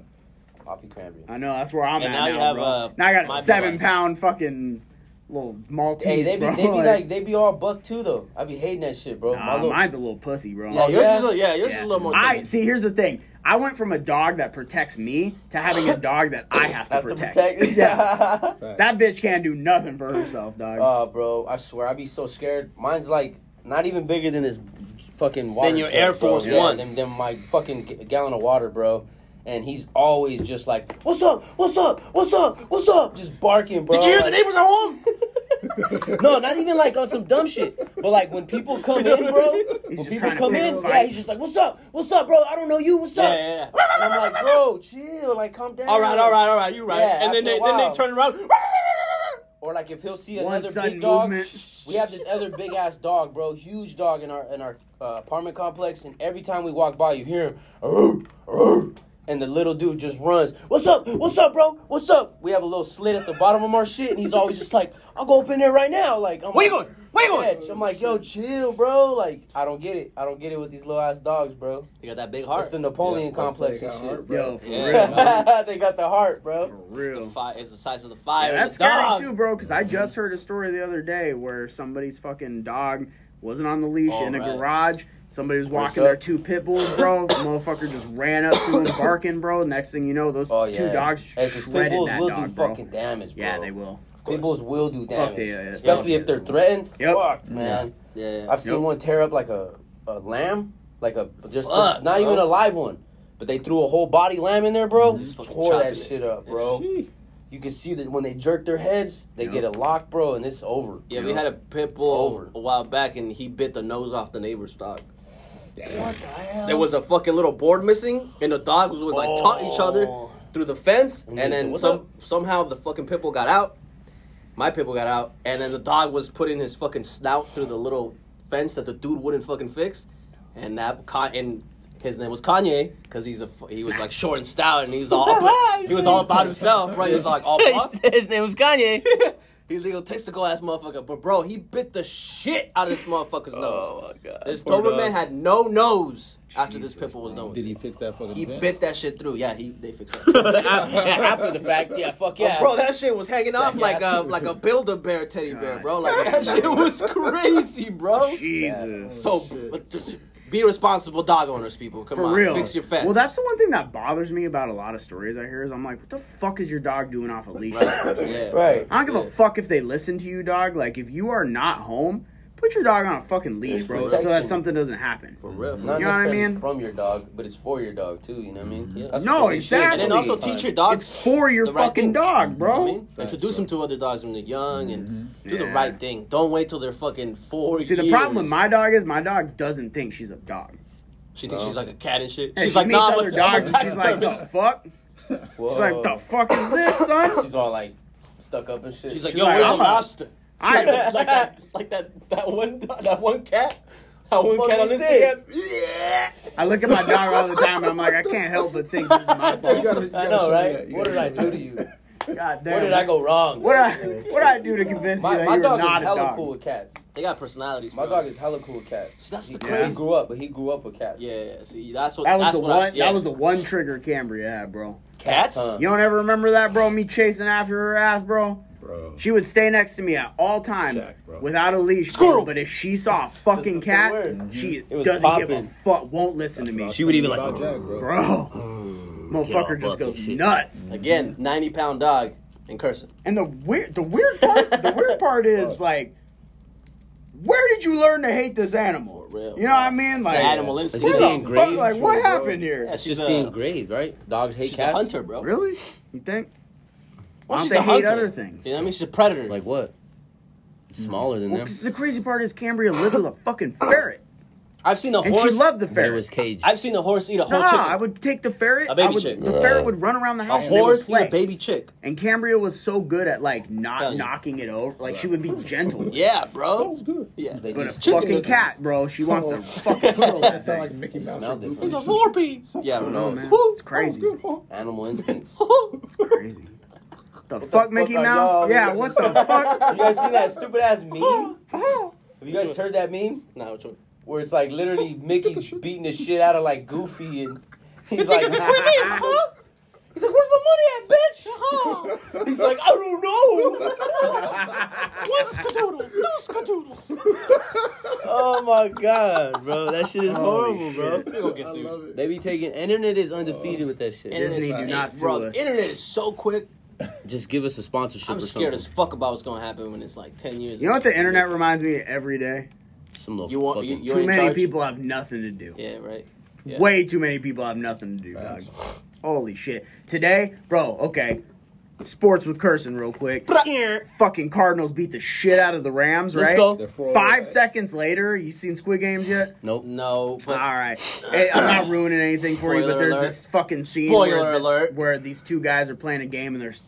A: Poppy Cranberry.
B: I know that's where I'm
C: And
B: at
C: now
B: now,
C: you have,
B: bro.
C: uh,
B: now I got
C: my
B: a seven
C: boys.
B: pound fucking little Maltese,
A: Hey, they be,
B: bro.
A: they be like, they be all buck too though. I be hating that shit, bro. My
B: nah,
A: little-
B: mine's a little pussy, bro.
C: Yeah, yours
A: yeah?
C: is a, yeah, yours is a little more.
B: I see. Here's the thing. I went from a dog that protects me to having a dog that I have to
A: have
B: protect.
A: to protect.
B: yeah,
A: yeah.
D: Fact.
B: that bitch can't do nothing for herself, dog.
C: Uh,
A: Oh, bro, I swear, I be so scared. Mine's like not even bigger than this fucking water.
C: your
A: jug,
C: Air
A: bro.
C: Force
A: Yeah,
C: One.
A: Than, than my fucking g- gallon of water, bro. And he's always just like, "What's up? What's up? What's up? What's up?" Just barking, bro.
C: Did you hear the
A: Like-
C: neighbors at home?
A: No, not even like on some dumb shit. But like when people come in, bro. when
B: He's just
A: people
B: trying to
A: come
B: pick a
A: in,
B: fight.
A: yeah, he's just like, "What's up? What's up, bro? I don't know you. What's
C: Yeah,
A: up?"
C: yeah,
A: And I'm like, "Bro, chill. Like, calm down."
C: All right, all right, all right. You right.
A: Yeah,
C: and then
A: after a
C: they then they
A: while.
C: turn around.
A: Or like if he'll see
B: One
A: another
B: sudden
A: big dog,
B: movement.
A: we have this other big ass dog, bro, huge dog in our in our uh, apartment complex, and every time we walk by, you hear him, "Arr, arr," and the little dude just runs. What's up? What's up, bro? What's up? We have a little slit at the bottom of our shit, and he's always just like, "I'll go up in there right now." Like, I'm
C: Where you
A: like,
C: going? Where you going?
A: "Yeah." I'm like, "Yo, chill, bro." Like, I don't get it. I don't get it with these little ass dogs, bro.
C: You got that big
A: It's
C: heart.
A: the
D: Yeah,
A: Napoleon
D: plus
A: complex
D: they
A: and
D: got
A: shit.
D: heart,
B: Yo, for
C: Yeah.
B: real, bro.
A: they got the heart, bro.
B: for
C: The
B: real.
C: fire is the size of the fire.
B: Yeah,
C: of
B: that's
C: the dog.
B: scary too, bro. Because I just heard a story the other day where somebody's fucking dog wasn't on the leash
C: Oh,
B: in a
C: right.
B: garage. Somebody was walking
A: up.
B: their two pit bulls, bro. The motherfucker just ran up to him, barking, bro. Next thing you know, those
A: Oh yeah,
B: two dogs
A: Hey, 'cause pit
B: shredded
A: bulls
B: that
A: will
B: dog,
A: do
B: bro.
A: fucking damage, bro.
B: yeah, they will.
A: Pit bulls will do damage,
B: Fuck yeah, yeah, yeah.
A: especially
D: Yeah.
A: if they're threatened.
B: Yep.
A: Fuck, man.
C: Yeah.
A: I've seen
B: Yep.
A: one tear up like a, a lamb, like a just
C: Fuck,
A: not even
C: bro.
A: a live one, but they threw a whole body lamb in there, bro.
C: Just fucking
A: Tore
C: chopping
A: that
C: it.
A: shit up, bro. You can see that when they jerk their heads, they
B: Yep.
A: get a lock, bro, and it's over.
C: Yeah, we had a pit
A: It's
C: bull
A: over.
C: a while back, and he bit the nose off the neighbor's dog.
A: What the hell?
C: There was a fucking little board missing, and the dogs would like taunt each other
A: Oh.
C: through the fence,
A: And
C: and,
A: he said,
C: then
A: "What's
C: some somehow the fucking pit bull got out. My pit bull got out, and then the dog was putting his fucking snout through the little fence that the dude wouldn't fucking fix, and that con- and his name was Kanye because he's a fu- he was like short and stout, and he was all he was all about himself, bro. He was like all buff.
A: His name was Kanye.
C: He's egotistical ass motherfucker, but bro, he bit the shit out of this motherfucker's
B: Oh,
C: nose.
A: my god.
C: This
D: Poor
C: Doberman
D: dog.
C: had no nose after this
B: Jesus,
C: pitbull was
B: bro.
C: done. with.
D: Did he fix that fucking?
C: He
D: fence?
C: bit that shit through. Yeah, he they fixed it.
A: yeah, after the fact, yeah, fuck yeah,
C: Oh, bro, that shit was hanging off like a like a builder bear teddy bear, bro. Like that shit was crazy, bro.
B: Jesus.
C: So
D: Shit.
C: but t- t- be responsible dog owners, people. Come
B: For
C: on,
B: real.
C: fix your fence.
B: Well, that's the one thing that bothers me about a lot of stories I hear is I'm like, what the fuck is your dog doing off a leash?
C: right. Yeah.
A: right.
B: I don't give
C: Yeah.
B: a fuck if they listen to you, dog. Like, if you are not home, put your dog on a fucking leash,
A: It's
B: bro, so
A: protection.
B: that something doesn't happen.
C: For real.
A: Not
B: You know what I
A: necessarily
B: mean? Mm-hmm.
A: from your dog, but it's for your dog too. You know what I mean? Yeah.
B: No,
A: what they should do.
B: exactly.
C: And then also teach your dogs
B: It's for your
C: the right
B: fucking
C: things.
B: dog,
C: You know
B: bro.
C: what I mean?
D: Facts,
C: Introduce
D: bro.
C: them to other dogs when they're young and
A: Mm-hmm.
C: do the
B: Yeah.
C: right thing. Don't wait till they're fucking four
B: See, the
C: years.
B: problem with my dog is my dog doesn't think she's a dog.
C: She thinks
A: No.
C: she's like a cat and shit.
B: Hey,
C: she's
B: she
C: like,
B: meets
C: nah,
B: other
C: I'm a-
B: dogs
C: I'm a
B: and she's like, the
C: taxidermist.
B: fuck?
A: Whoa.
B: She's like, the fuck is this, son?
A: She's all like stuck up and shit.
C: She's like,
B: She's
C: yo,
B: like,
C: where's
B: I'm
C: the
B: a-
C: lobster?
B: I
C: like, that- like that, like that, that one, that one cat, that one
A: fuck
C: cat on
A: is
C: Instagram.
B: I look at my dog all the time and I'm like, I can't help but think this is my
D: You
B: fault.
D: gotta- you
A: I
D: gotta
A: know,
D: show me
A: right?
D: that. You
A: What did
D: gotta
A: I
D: show
A: do to
D: me that.
A: you?
B: God damn.
A: Where did I go wrong?
B: What I what I do to convince you
A: my
B: that
A: my
B: you're
A: dog
B: not
A: is
B: a
A: hella
B: dog?
A: cool with cats.
C: They got personalities.
A: My
C: bro.
A: dog is hella cool with cats.
C: That's
A: he,
C: the
A: he
C: crazy-
A: grew up, but he grew up with cats.
C: Yeah, yeah, see, that's what.
B: That was
C: that's
B: the
C: what I-
B: one.
C: yeah.
B: That was the one trigger Cambria had, bro.
C: cats.
A: Huh.
B: You don't ever remember that, bro? Me chasing after her ass, bro.
D: bro.
B: She would stay next to me at all times
D: Jack, bro.
B: without a leash. bro,
C: Squirrel.
B: But if she saw a fucking
A: That's the
B: cat,
A: word.
B: she
A: It was
B: doesn't give
A: popping.
B: a fuck. Won't listen to me,
A: She would even like,
D: About Jack, bro.
B: bro. Motherfucker just goes nuts.
C: Again, ninety pound dog in cursing.
B: And the weird, the weird part, the weird part is like where did you learn to hate this animal?
C: For real,
B: you know what I
C: bro.
B: mean?
C: The
B: Like
C: animal
A: Is
C: instinct.
A: it
B: where
A: the
B: the fuck,
A: engraved?
B: like what
D: Sure, bro.
B: happened here?
C: Yeah,
A: It's
C: she's
A: just
C: a,
A: the engraved, right? Dogs hate
C: She's
A: cats.
C: a hunter, bro.
B: Really? You think?
C: Well,
B: Why don't
C: she's
B: they
C: a
B: hate
C: hunter.
B: other things?
C: You know what I mean? She's a predator.
A: Like what? Smaller than
B: Mm. Well,
A: them.
B: 'cause the crazy part is Cambria lived with a fucking ferret,
C: I've seen a
B: and
C: horse.
B: she loved the
A: But it
B: ferret.
A: was caged.
C: I've seen a horse eat a whole
B: nah,
C: chicken.
B: I would take the ferret.
C: A baby
B: I would,
C: chick.
B: The ferret would run around the
C: a
B: house. and they would
C: horse eat
B: play.
C: a baby chick.
B: And Cambria was so good at like not
C: Tell you.
B: knocking it over. Like she would be gentle. with it.
C: Yeah,
D: That
C: bro.
D: was good.
C: Yeah,
A: They
B: But a
A: use chicken
B: fucking
A: livers.
B: cat, bro. She wants to fucking
D: Oh,
B: cuddle
D: that
B: that thing.
D: sound like Mickey Mouse.
A: smelled
D: or
A: different.
D: Goofy.
C: It's a Slurpee. Yeah,
B: I don't
C: bro.
B: know, man.
C: Woo.
B: It's crazy.
D: That was good, huh?
A: Animal instincts.
B: Crazy. The fuck, Mickey
A: fuck are y'all-
B: Mouse? Yeah, what the fuck?
A: you guys seen that stupid ass meme? Have you guys heard that meme?
C: Nah, which one?
A: Where it's like literally Mickey's beating the shit out of like Goofy and he's like,
C: Nigga, quit me, huh?
A: he's like, where's my money at, bitch? Huh?
D: "Oh,
A: He's like, I don't know.
C: One skadoodle, two skadoodles.
A: oh my god, bro, that shit is
B: Holy
A: horrible, bro.
B: shit.
C: They gonna get
D: I
C: sued.
D: love it.
A: They be taking internet is undefeated with that shit.
C: Internet's-
B: Disney, do not sue
C: bro,
B: us.
C: The internet is so quick.
A: Just give us a sponsorship.
C: I'm
A: or
C: scared as
A: something.
C: fuck about what's gonna happen when it's like ten years.
B: You know what the internet reminds me of every day?
A: Some little
C: You want-
A: fucking.
C: you- You're
B: too
C: in
B: many
C: charge.
B: people have nothing to do.
C: Yeah, right. Yeah.
B: Way too many people have nothing to do, dog. Holy shit. Today, bro, okay. Sports with cursing real quick. Fucking Cardinals beat the shit out of the Rams,
A: Let's
B: right?
A: go.
D: They're for all
B: Five
D: that.
B: seconds later, you seen Squid Games yet?
A: Nope.
C: No,
B: All
C: but
B: right, Hey, I'm not ruining anything for you, but
C: Spoiler
B: there's
C: alert.
B: this fucking scene
C: Spoiler
B: where, this-
C: alert.
B: where these two guys are playing a game and there's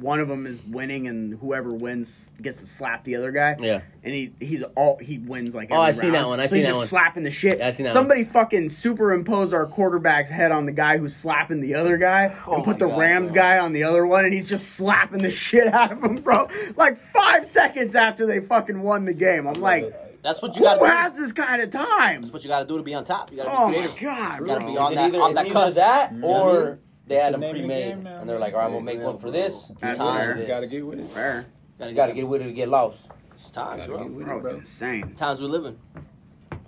B: one of them is winning and whoever wins gets to slap the other guy.
A: Yeah.
B: and he he's all he wins like.
A: Oh, I
B: every
A: seen that
B: round.
A: one, I
B: so
A: seen
B: he's
A: that
B: just
A: one.
B: slapping the shit.
A: Yeah, I seen that
B: Somebody fucking superimposed our quarterback's head on the guy who's slapping the other guy
C: Oh
B: and
C: my
B: put the
C: God,
B: Rams
C: bro.
B: guy on the other one, and he's just slapping the shit out of him, bro. Like five seconds after they fucking won the game, I'm like,
C: that's what you
B: who
C: gotta. do.
B: has this kind of time?
C: That's what you gotta do to be on top. You gotta
B: Oh
C: be
B: my
C: creative.
B: god,
C: You gotta
B: bro.
C: be on
A: Is it
C: that,
A: either-
C: on
A: it's
C: that
A: either
C: cup.
A: that
D: Mhm.
A: or they
D: It's
A: had
D: the
A: them
D: name of the
A: pre-made,
D: game now,
A: and they're
D: man.
A: like, "All right, we'll
D: Yeah,
A: make one for
C: bro.
A: this,
B: That's
A: time
B: fair.
A: for
D: You
A: this."
D: gotta get with it.
B: Fair.
A: You
C: You
A: gotta get with it to get lost.
C: It's times,
D: Gotta get
C: bro.
D: with it,
B: Bro, it's insane.
C: Times we live in.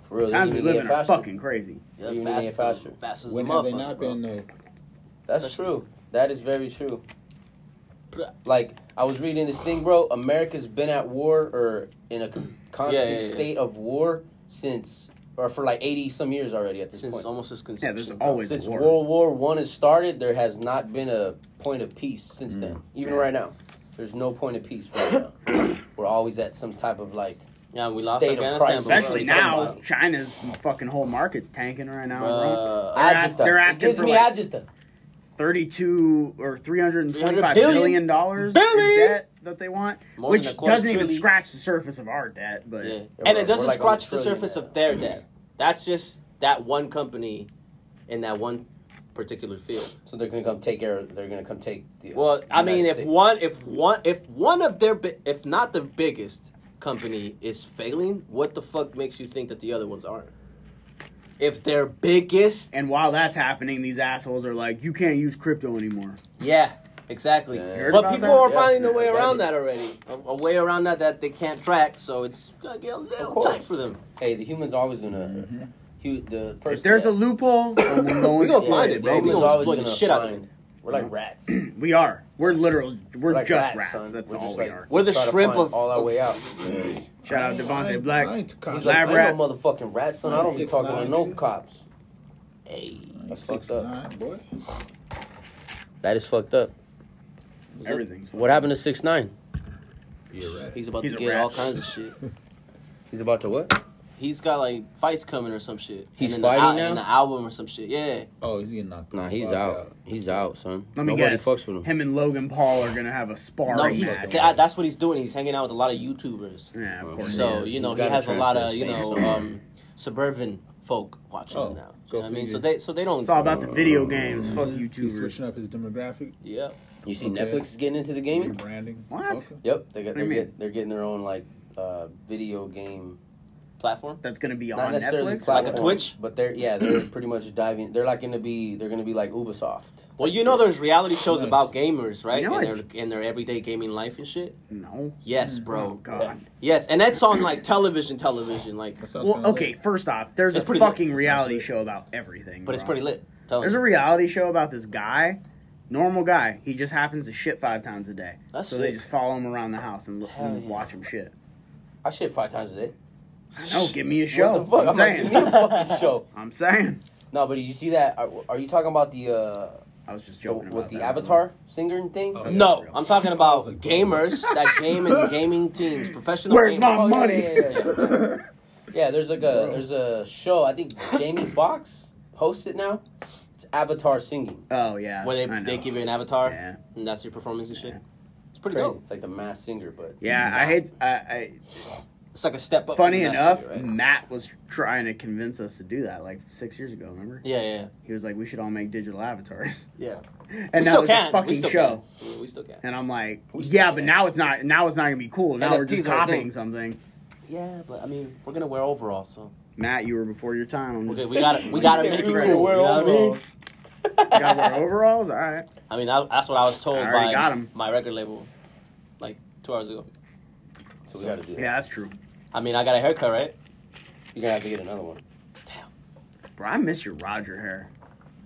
A: For real,
B: Times we
A: need
B: live
A: to
B: in
A: get
B: are
A: faster.
B: fucking crazy.
C: Yeah,
A: You need to
C: fast,
A: get faster.
C: Fast as
D: When
C: a
D: have they
C: motherfucker,
D: not
C: bro.
D: been though?
A: That's true. That is very true. Like I was reading this thing, bro. America's been at war or in a con- constant
C: Yeah, yeah, yeah.
A: state of war since, or for like eighty some years already at this
C: Since
A: point.
C: almost as
B: Yeah,
C: conception.
B: there's
C: bro.
B: always
A: Since
B: a war.
A: World War One has started, there has not been a point of peace since
C: Mm.
A: then. Even right now, there's no point of peace right now. We're always at some type of like
C: Yeah, we lost
A: state of
C: Afghanistan,
A: crisis.
C: but we're
B: Especially
C: on
B: now,
C: somebody.
B: China's fucking whole market's tanking right now. bro.
C: Bruh,
B: They're ask-
A: agita.
B: they're
A: It
B: asking
A: gives
B: for,
A: me
B: like-
A: agita.
B: Thirty-two or three hundred and twenty-five
C: 300 billion
B: billion dollars in
C: Billion.
B: debt that they want,
C: More than
B: which
C: a quarter
B: doesn't even
C: trillion.
B: scratch the surface of our debt. But
C: Yeah.
A: we're-
C: And
A: we're
C: it doesn't
A: like on
C: scratch
A: the
C: the
A: trillion
C: surface
A: now.
C: of their debt. That's just that one company in that one particular field.
A: So they're gonna come take air. They're gonna come take the. uh,
C: Well, I
A: United
C: mean, if
A: States.
C: one, if one, if one of their, bi- if not the biggest company is failing, what the fuck makes you think that the other ones aren't? If their biggest,
B: and while that's happening, these assholes are like, "You can't use crypto anymore."
C: yeah, exactly.
A: Yeah. You
B: heard
C: But
B: about
C: people
B: that?
C: are
A: Yeah,
C: finding a
A: yeah,
C: way
A: that
C: around
A: is-
C: that already, a, a way around that that they can't track. So it's gonna get a
A: Of
C: little
A: course.
C: tight for them.
A: hey, the human's always gonna. uh, Hu- the person
B: Mm-hmm. If there's
A: that-
B: a loophole, someone will
C: We gonna
A: Yeah,
B: exploit
C: find it,
B: it,
A: Baby's
C: bro. We
B: baby.
C: gonna
A: always
C: exploit the
A: gonna
C: shit out of
A: find-
C: it.
A: We're like rats. We're
B: We are. We're literal. We're
A: like
B: just rats.
A: son.
B: That's
A: We're
B: all
A: just
B: we
A: like-
B: are.
C: We're the
A: try to
C: shrimp
A: find
C: of-
A: all our
C: of-
A: way out.
B: Shout out
D: I
B: Devontae
D: ain't-
B: Black.
D: I ain't too
A: He's
D: conscious.
A: like,
B: Lab
A: I ain't
B: rats.
A: no motherfucking rat, son. I don't be
D: Six,
A: talking to
D: nine,
A: no
D: dude.
A: cops. That's fucked up.
D: 6'9", boy.
A: That is fucked up.
B: Everything's.
A: What happened to six nine?
D: You're right.
C: He's about
B: He's
C: to
B: a
C: get
B: rat.
C: all kinds of shit.
A: He's about to what?
C: He's got like fights coming or some shit.
A: He's
C: and
A: fighting
C: the,
A: now?
C: In the album or some shit. Yeah.
D: Oh, he's getting knocked. the
A: Nah, he's
D: fuck
A: out. He's out, son.
B: Let me
A: Nobody
B: guess.
A: fucks with him.
B: Him and Logan Paul are gonna have a
C: No,
B: sparring
C: he's
B: match.
C: that, that's what he's doing. He's hanging out with a lot of YouTubers.
B: yeah, of course.
C: So
B: he is.
C: you know
A: He's
C: he
A: gotta
C: has a lot of
A: transfer
C: you
A: his
C: know
A: fame somewhere.
C: um, suburban folk watching
D: Oh,
C: him now. You
D: go
C: know what I mean,
D: figure.
C: so they so they don't.
B: it's all about the video games. Fuck
D: Mm-hmm. He's
B: YouTubers.
D: switching up his demographic,
C: yeah.
A: You see,
D: Okay.
A: Netflix is getting into the gaming.
D: rebranding.
B: What?
D: Okay.
A: Yep, they got
B: do
A: they're,
B: you mean?
A: get, they're getting their own like uh, video game,
C: platform.
B: That's gonna be
A: not
B: on
A: necessarily
B: Netflix.
C: Like a
A: platform,
C: Twitch?
A: but they're yeah they're pretty much diving. They're like gonna be they're gonna be like Ubisoft.
C: Well, you know there's reality shows
D: Nice.
C: about gamers, right?
B: You know
C: and,
B: I-
C: their, and their everyday gaming life and shit.
B: No.
C: Yes,
B: Oh
C: bro.
B: God.
C: Yes, and that's on like television, television, like.
D: That sounds
B: Well,
D: kinda
B: okay.
D: lit.
B: First off, there's
C: It's
B: a
C: pretty lit.
B: fucking reality show about everything.
C: But it's
B: bro.
C: pretty lit. Tell
B: There's a reality show about this guy, normal guy. He just happens to shit five times a day.
C: That's
B: so they
C: sick.
B: just follow him around the house and look
C: Hell
B: and
C: yeah.
B: watch him shit.
A: I shit five times a day.
B: No, give me a show.
A: What the fuck?
B: I'm,
A: I'm like,
B: saying.
A: give me a fucking show.
B: I'm saying.
A: No, but you see that? Are, are you talking about the uh
B: I Oh. was just
A: the,
B: joking about
A: with the
B: that.
A: Avatar singer thing?
B: That's not
C: No,
B: real.
C: I'm talking about gamers that game and gaming teams, professional.
B: Where's my
C: gamers.
A: Oh, yeah,
B: money?
A: yeah, yeah, Yeah, there's like a there's a show. I think Jamie Foxx hosts it now. It's Avatar singing.
B: oh yeah.
C: Where
B: I
C: they,
B: know.
C: they give you an avatar
B: Yeah.
C: and that's your performance and shit. It's pretty
A: Crazy.
C: dope.
A: It's like the mass singer, but
B: Yeah, I hate. I, I,
C: It's like a step up.
B: funny
C: from that
B: enough, mm.
C: singer, right?
B: Matt was trying to convince us to do that like six years ago. Remember?
C: Yeah, yeah,
B: He was like, "We should all make digital avatars,"
C: yeah.
B: and
C: we
B: now
C: still
B: it's
C: can.
B: a fucking
C: we still
B: show.
C: Can. Yeah, We still can.
B: And I'm like,
A: We still
B: "Yeah, but
A: can.
B: now it's not. Now it's not gonna be cool. Now we're
C: NFTs
B: just
C: are a
B: copying
C: thing.
B: something."
C: Yeah, but I mean, we're gonna wear overalls, so
B: Matt, you were before your time. I'm
C: okay,
B: just
C: we gotta we gotta
A: He said
C: make it
A: we
C: cool.
A: were
C: You
A: wearing
C: know what I mean?
A: overalls.
B: You gotta wear overalls. All right.
C: I mean, that, that's what I was told
B: I already
C: by
B: got 'em.
C: my record label, like two hours ago.
A: So we gotta do that.
B: Yeah, that's true.
C: I mean, I got a haircut, right?
A: You're gonna have to get another one.
B: Bro, I miss your Roger hair.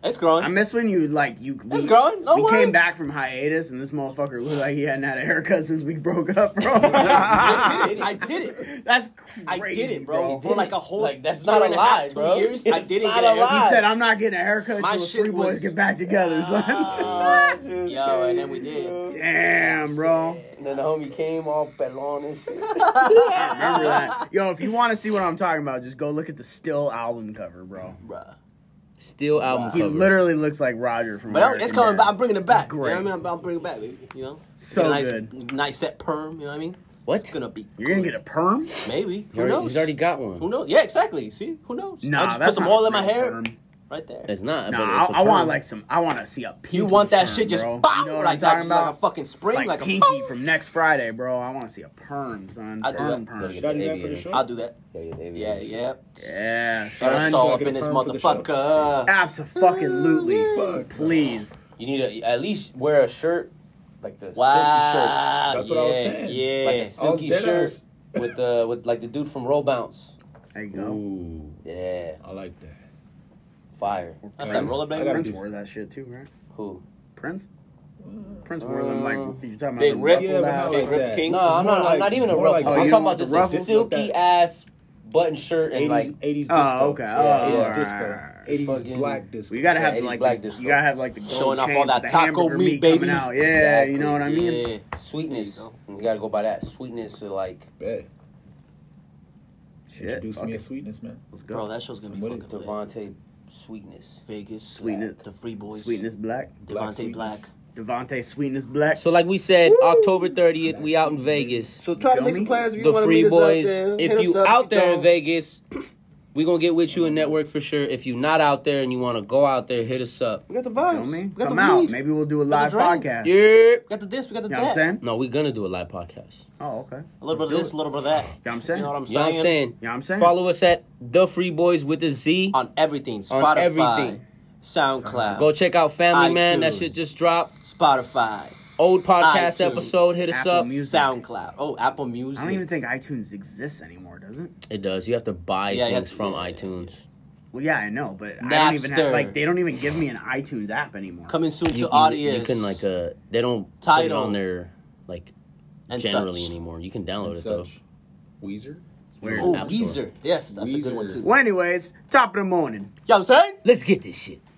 C: It's
B: I
C: growing.
B: miss when you like you.
C: It's growing. No
B: we
C: worries.
B: came back from hiatus, and this motherfucker looked like he hadn't had a haircut since we broke up, bro.
C: I did it.
B: That's crazy,
C: I did it, bro.
A: bro.
C: For like a whole
A: Like, that's
C: year
A: not a
C: and half,
A: lie,
C: two
A: bro.
C: Years, I
A: It's
C: didn't
A: not
C: get
A: a
C: a haircut.
A: lie.
B: He said, "I'm not getting a haircut
C: My
B: till the
C: shit
B: three boys
C: was-
B: get back together,
A: Ah,
B: son."
A: dude,
C: Yo, and then we
A: crazy,
C: did.
A: bro.
B: Damn, bro.
A: And then the homie came all pelon and shit.
B: I remember that. Yo, if you want to see what I'm talking about, just go look at the still album cover, bro.
C: Bruh.
A: Still album
B: He literally looks like Roger from.
C: But I'm- it's
B: American
C: coming
B: Dad.
C: back. I'm bringing it back.
B: It's
C: You know what
B: great.
C: I mean? I'm, I'm bringing it back, baby. You know? Get
B: So
C: a nice,
B: good.
C: Nice set perm. You know what I mean?
A: What?
C: It's gonna be.
B: You're gonna get a perm?
C: Maybe. Who
A: Already-
C: knows?
A: He's already got
C: Who
A: one.
C: knows? Yeah, exactly. See? Who knows?
B: Nah,
C: I just
B: that's
C: put some
B: not a
C: oil in my
B: real
C: hair.
B: Perm.
C: Right there.
A: It's not.
B: Nah,
A: but
B: I,
A: it's a
B: I want
A: perm.
B: like some. I want to see a pinky.
C: you want that
B: perm,
C: shit just
B: bro. You
C: bow,
B: know what
C: like
B: I'm talking
C: that, like
B: about?
C: a fucking spring,
B: like,
C: like, a
B: pinky
C: boom.
B: from next Friday, bro. I want to see a perm, son.
C: I do
B: perm,
C: that.
B: perm.
D: Should I do that for the show?
C: I'll do that.
A: Yeah, yeah, baby.
C: Yeah, yeah.
B: Yeah,
C: Aerosol
B: son.
D: so-
C: up in this
D: Confirm for the show.
C: motherfucker.
B: Absolutely,
D: Fuck.
B: please.
A: You need to at least wear a shirt, like the
C: Wow.
D: That's
C: yeah,
D: what I was saying.
A: silky shirt, like
C: Yeah.
A: a silky
D: Oh, dead
A: shirt
D: ass.
A: with the with like the dude from Roll Bounce.
B: There you go.
D: Ooh,
A: Yeah,
D: I like that.
A: fire.
C: That's
B: Prince.
C: like rollerblade.
D: I gotta
B: Prince
D: do-
B: wore that shit too, right?
A: Who?
B: Prince. Prince wore them like
A: Um,
B: you talking about
C: Big
B: Uh, them
C: Rip.
B: ruffled
D: Yeah, but
B: ass-
D: not
C: Big
D: like
C: Rip
D: that.
C: King.
A: No,
D: It's
A: I'm not.
D: more
A: I'm
D: like-
A: not even a
D: more
A: ruffle.
D: like
B: Oh, you
A: I'm
B: don't
A: talking
D: want
A: about just
D: the
A: a
D: ruffles?
A: silky
D: Like
A: ass button shirt and
D: 80s,
A: like
D: 80s disco.
B: Oh, okay.
D: Yeah,
A: Oh, alright,
D: yeah,
B: alright.
D: disco. 80s
A: Fucking-
D: black disco.
B: We gotta
A: Yeah,
B: have
A: Eddie
B: like
A: Black
B: the,
A: disco.
B: you gotta have like the gold
C: Showing off all
B: chains
C: that
B: with the
C: taco
B: hamburger
C: meat,
B: meat, coming
C: baby.
B: out. Yeah,
A: Exactly.
B: you know what I mean.
C: Yeah.
A: sweetness.
C: There you
A: You, gotta go by that sweetness to like
D: Bet.
B: Shit,
D: Introduce
B: fuck
D: me to
B: it.
D: sweetness, man.
B: Let's go.
C: Bro, that show's gonna be
D: What
C: fucking
D: is
C: lit.
A: Devonte sweetness.
C: Vegas.
A: uh,
B: Sweetness.
C: The Free Boys.
B: Sweetness Black.
D: Black
C: Devontae
D: Sweetness.
C: Black.
B: Devontae Sweetness Black.
A: So like we said, October 30th, we out in Vegas.
E: So try to
B: feel
E: make some
B: me?
E: plans if you
A: the
E: want to
A: free
E: meet
A: boys.
E: us out there.
A: If
E: Hit
A: you
E: us up,
A: out there in
E: don't.
A: Vegas, we gonna get with you and network for sure. If you not out there and you wanna go out there, hit us up.
E: we got the
B: Feel
E: vibes.
B: me?
E: We got
B: Come
E: the
B: out.
E: weed.
B: Maybe we'll do a live
C: drink.
B: podcast. You
A: Yeah.
C: We got the this, we got the
B: know
C: that.
B: what I'm saying?
A: No, we're gonna do a live podcast.
B: Oh, okay.
C: A
B: Let's
C: little bit
B: do
C: of this,
B: it.
C: a little bit of that.
B: You know what I'm saying?
C: You know what I'm
A: You know what I'm saying?
B: You know what I'm saying?
A: Follow us at the Free Boys with a Z.
C: On everything. Spotify.
A: On everything.
C: SoundCloud.
A: Go check out Family Man. That
C: iTunes.
A: shit just dropped.
C: Spotify.
A: Old podcast
C: iTunes.
A: episode. Hit us
B: Apple
A: up.
B: Music.
C: SoundCloud. Oh, Apple Music.
B: I don't even think iTunes exists anymore, does it?
A: It does. You have to buy
C: Yeah, you have
A: things
C: to-
A: from
C: yeah, yeah,
A: iTunes.
B: Well, yeah, I know, but I don't even have
C: Napster.
B: like they don't even give me an iTunes app anymore.
C: Coming soon
A: You,
C: to
A: you,
C: audience.
A: you can like uh they don't put it
C: Tidal.
A: on their like
C: and
A: generally
C: such.
A: anymore. You can download
D: And
A: it though.
D: such. Weezer.
B: It's weird.
A: Ooh.
C: Oh,
A: App Store.
C: Weezer. Yes, that's a good one
D: Weezer.
C: too.
B: Well, anyways, top of the morning.
C: You know what I'm saying?
A: Let's get this shit.